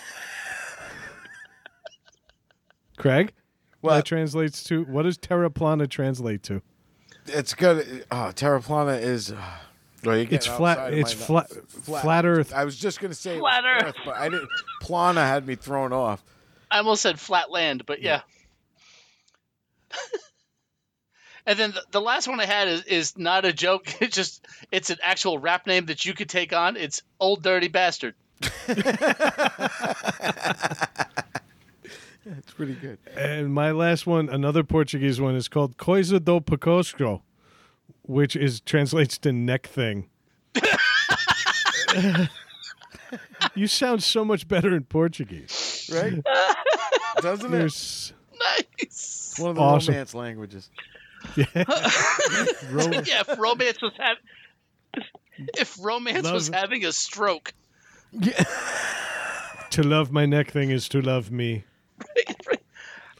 Craig? Well- that translates to what does terraplana translate to? It's good. Oh, terraplana is. Well, you're It's getting flat. outside of It's my- flat, flat Earth. I was just gonna say it was Flat Earth. but I didn't. Plana had me thrown off. I almost said flat land, but yeah. and then the, the last one I had is, is not a joke. It's just it's an actual rap name that you could take on. It's Old Dirty Bastard. It's pretty good. And my last one, another Portuguese one, is called Coisa do Pecosco, which is translates to neck thing. you sound so much better in Portuguese. right? Doesn't You're it? s- Nice. One of the Awesome. romance languages. ro- yeah, if romance was having if romance Love was it. having a stroke. to love my neck thing is to love me.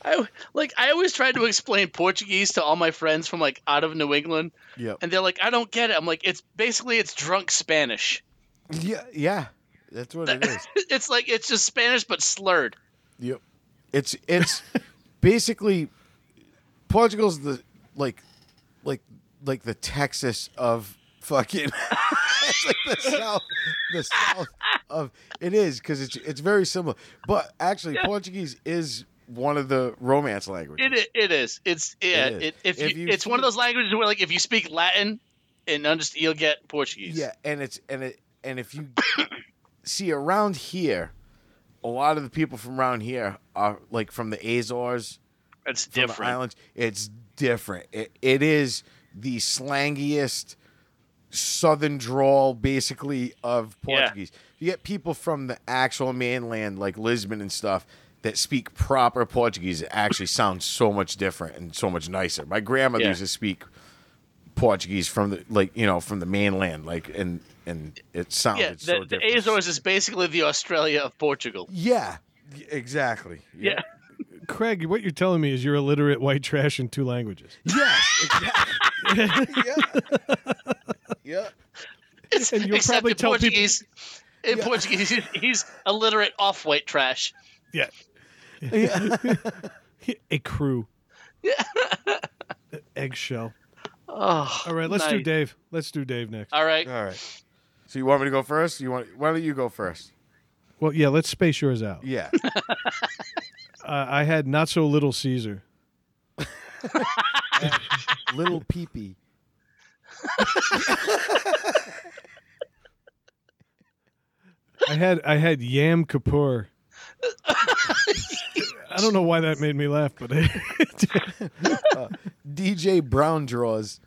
I like I always try to explain Portuguese to all my friends from like out of New England Yep. and they're like I don't get it. I'm like it's basically it's drunk Spanish. Yeah, yeah. That's what it is. it's like it's just Spanish but slurred. Yep. It's it's basically Portugal's the like like like the Texas of fucking it's like the south the south of it is because it's it's very similar. But actually Portuguese is one of the romance languages. It i- it is. It's yeah. It It is. if, If you, you it's one of speak- those languages where like if you speak Latin and understand, you'll get Portuguese. Yeah, and it's and it and if you see around here, a lot of the people from around here are like from the Azores, it's from the different. islands. It's different. It, it is the slangiest southern drawl, basically, of Yeah. Portuguese. You get people from the actual mainland, like Lisbon and stuff, that speak proper Portuguese. It actually sounds so much different and so much nicer. My grandmother Yeah. used to speak Portuguese from the like you know from the mainland, like and and it sounded Yeah, the, so the different. Azores is basically the Australia of Portugal. Yeah, y- exactly. Yeah, Craig, what you're telling me is you're illiterate white trash in two languages. Yes. Exactly. yeah. Yeah. It's- And you'll except probably in tell people- Portuguese. In Portuguese, he's, he's illiterate off-white trash. Yeah. A crew. Eggshell. Oh, All right, let's do nice. Uh, Dave. Let's do Dave next. All right, All right. So you want me to go first? You want? Why don't you go first? Well, yeah, let's space yours out. Yeah. Uh, I had not so little Caesar. Little peepee. I had I had Yam Kapoor. I don't know why that made me laugh, but I- DJ Brown draws.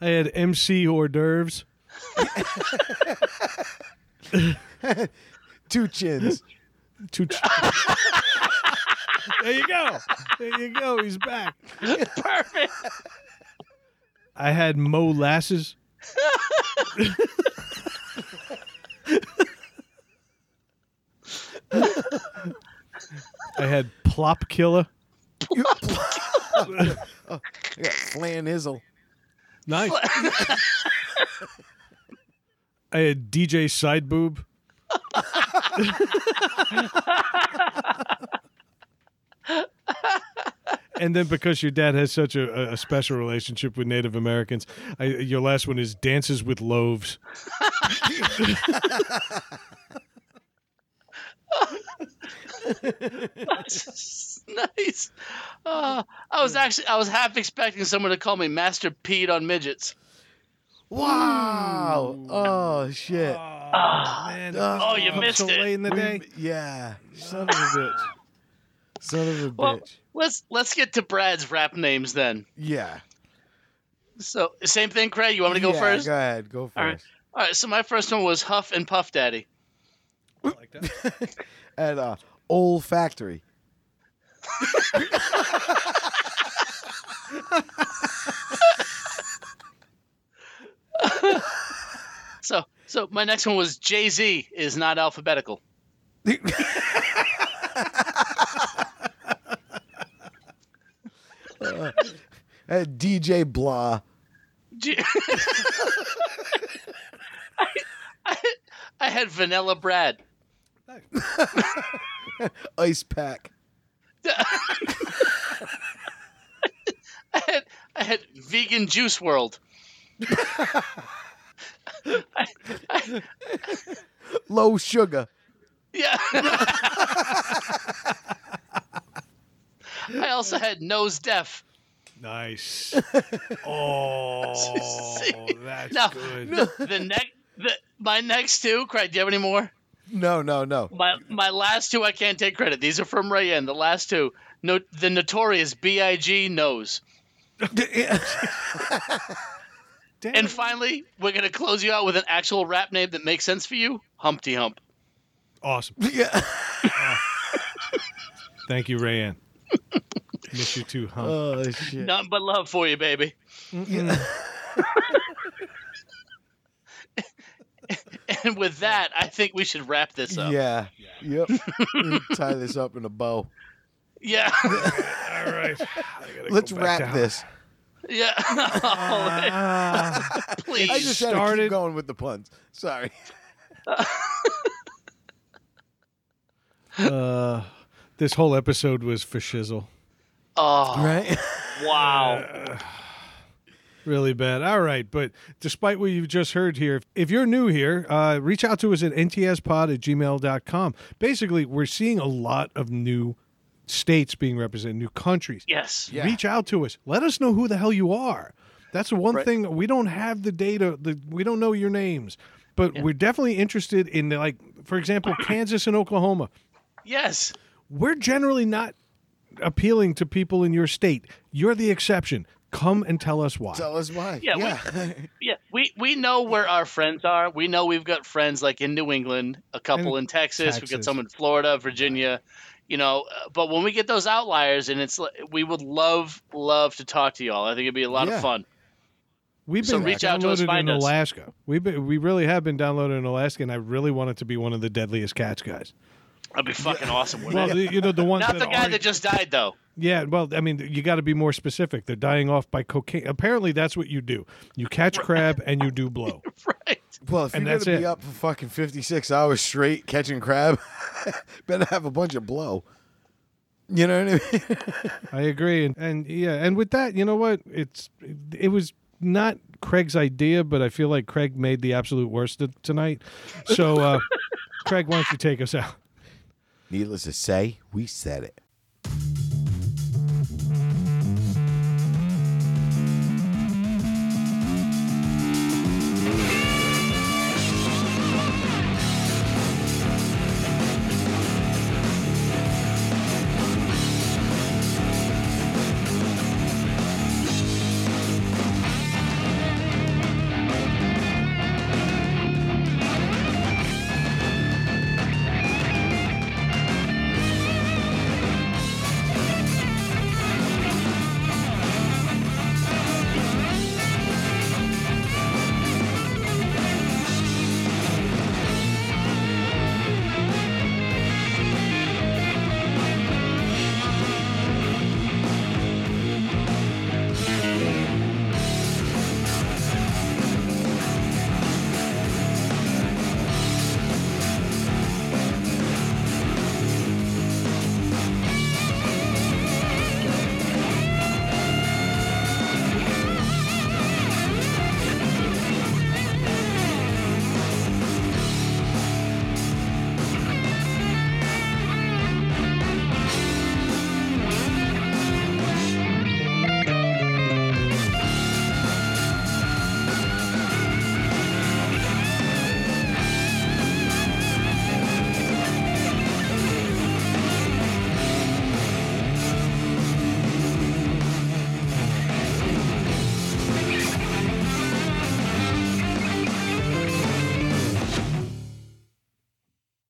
I had MC hors d'oeuvres. Two chins. Two ch- there you go. There you go. He's back. perfect. I had molasses. I had plop killer. Oh, I got Flan Izzle. Nice. I had DJ side boob. and then because your dad has such a, a- a special relationship with Native Americans, I, your last one is dances with loaves. nice. Uh, I was actually I was half expecting someone to call me Master Pete on midgets. Wow. Oh shit. man. Oh, Ah. you Come missed so it. late in the day. Yeah. Son of a bitch. Son of a bitch. Well, let's let's get to Brad's rap names then. yeah. So same thing, Craig. You want me to go Yeah, first? Go ahead. Go first. All right. All right. So my first one was Huff and Puff Daddy. At uh, Old Factory. So so my next one was Jay Z is not alphabetical. Uh, At DJ Blah. J- I, I, I had Vanilla Brad. Ice pack. I had, I had vegan juice world. Low sugar. Yeah. I also had nose deaf. Nice. Oh, that's Now, good. the, the neck, the, my next two. Craig, do you have any more? No, no, no. My my last two, I can't take credit. These are from Rayen. The last two, no, the notorious Big nose. Damn. And finally, we're gonna close you out with an actual rap name that makes sense for you. Humpty Hump. awesome. Yeah. Thank you, Rayanne. Miss you too, huh? Oh shit. Nothing but love for you, baby. And with that, I think we should wrap this up. Yeah. Yep. Tie this up in a bow. Yeah. All right. Let's wrap this. Yeah. Oh, Please. I just had to started- keep going with the puns. Sorry. Uh, this whole episode was for shizzle. oh, Right? wow. Really bad. All right. But despite what you've just heard here, if you're new here, uh, reach out to us at ntspod at gmail.com. Basically, we're seeing a lot of new states being represented, new countries. Yes. Yeah. reach out to us. Let us know who the hell you are. That's the one Right. thing we don't have the data. The, we don't know your names, but we're definitely interested in like, for example, Kansas and Oklahoma. Yes. We're generally not appealing to people in your state. You're the exception. Come and tell us why. Tell us why. Yeah, we- Yeah, we we know where our friends are. We know we've got friends like in New England, a couple in Texas, we've Texas. got some in Florida, Virginia, you know. uh, But when we get those outliers, and it's li- we would love love to talk to y'all. I think it'd be a lot Yeah. of fun. We've So been reach out to us, downloaded find in us. Alaska. We've been, we really have been downloaded in Alaska, and I really want it to be one of the deadliest cats guys. That'd be fucking awesome. Wouldn't Well, it? the, you know the ones Not that the guy aren't- that just died though. Yeah, well, I mean, you got to be more specific. They're dying off by cocaine. Apparently, that's what you do. You catch crab and you do blow. Right. Well, if And you're that's gonna it. be up for fucking fifty six hours straight catching crab, better have a bunch of blow. You know what I mean? I agree, and, and yeah, and with that, you know what? It's it was not Craig's idea, but I feel like Craig made the absolute worst of tonight. So, uh, Craig, why don't you take us out? Needless to say, we said it.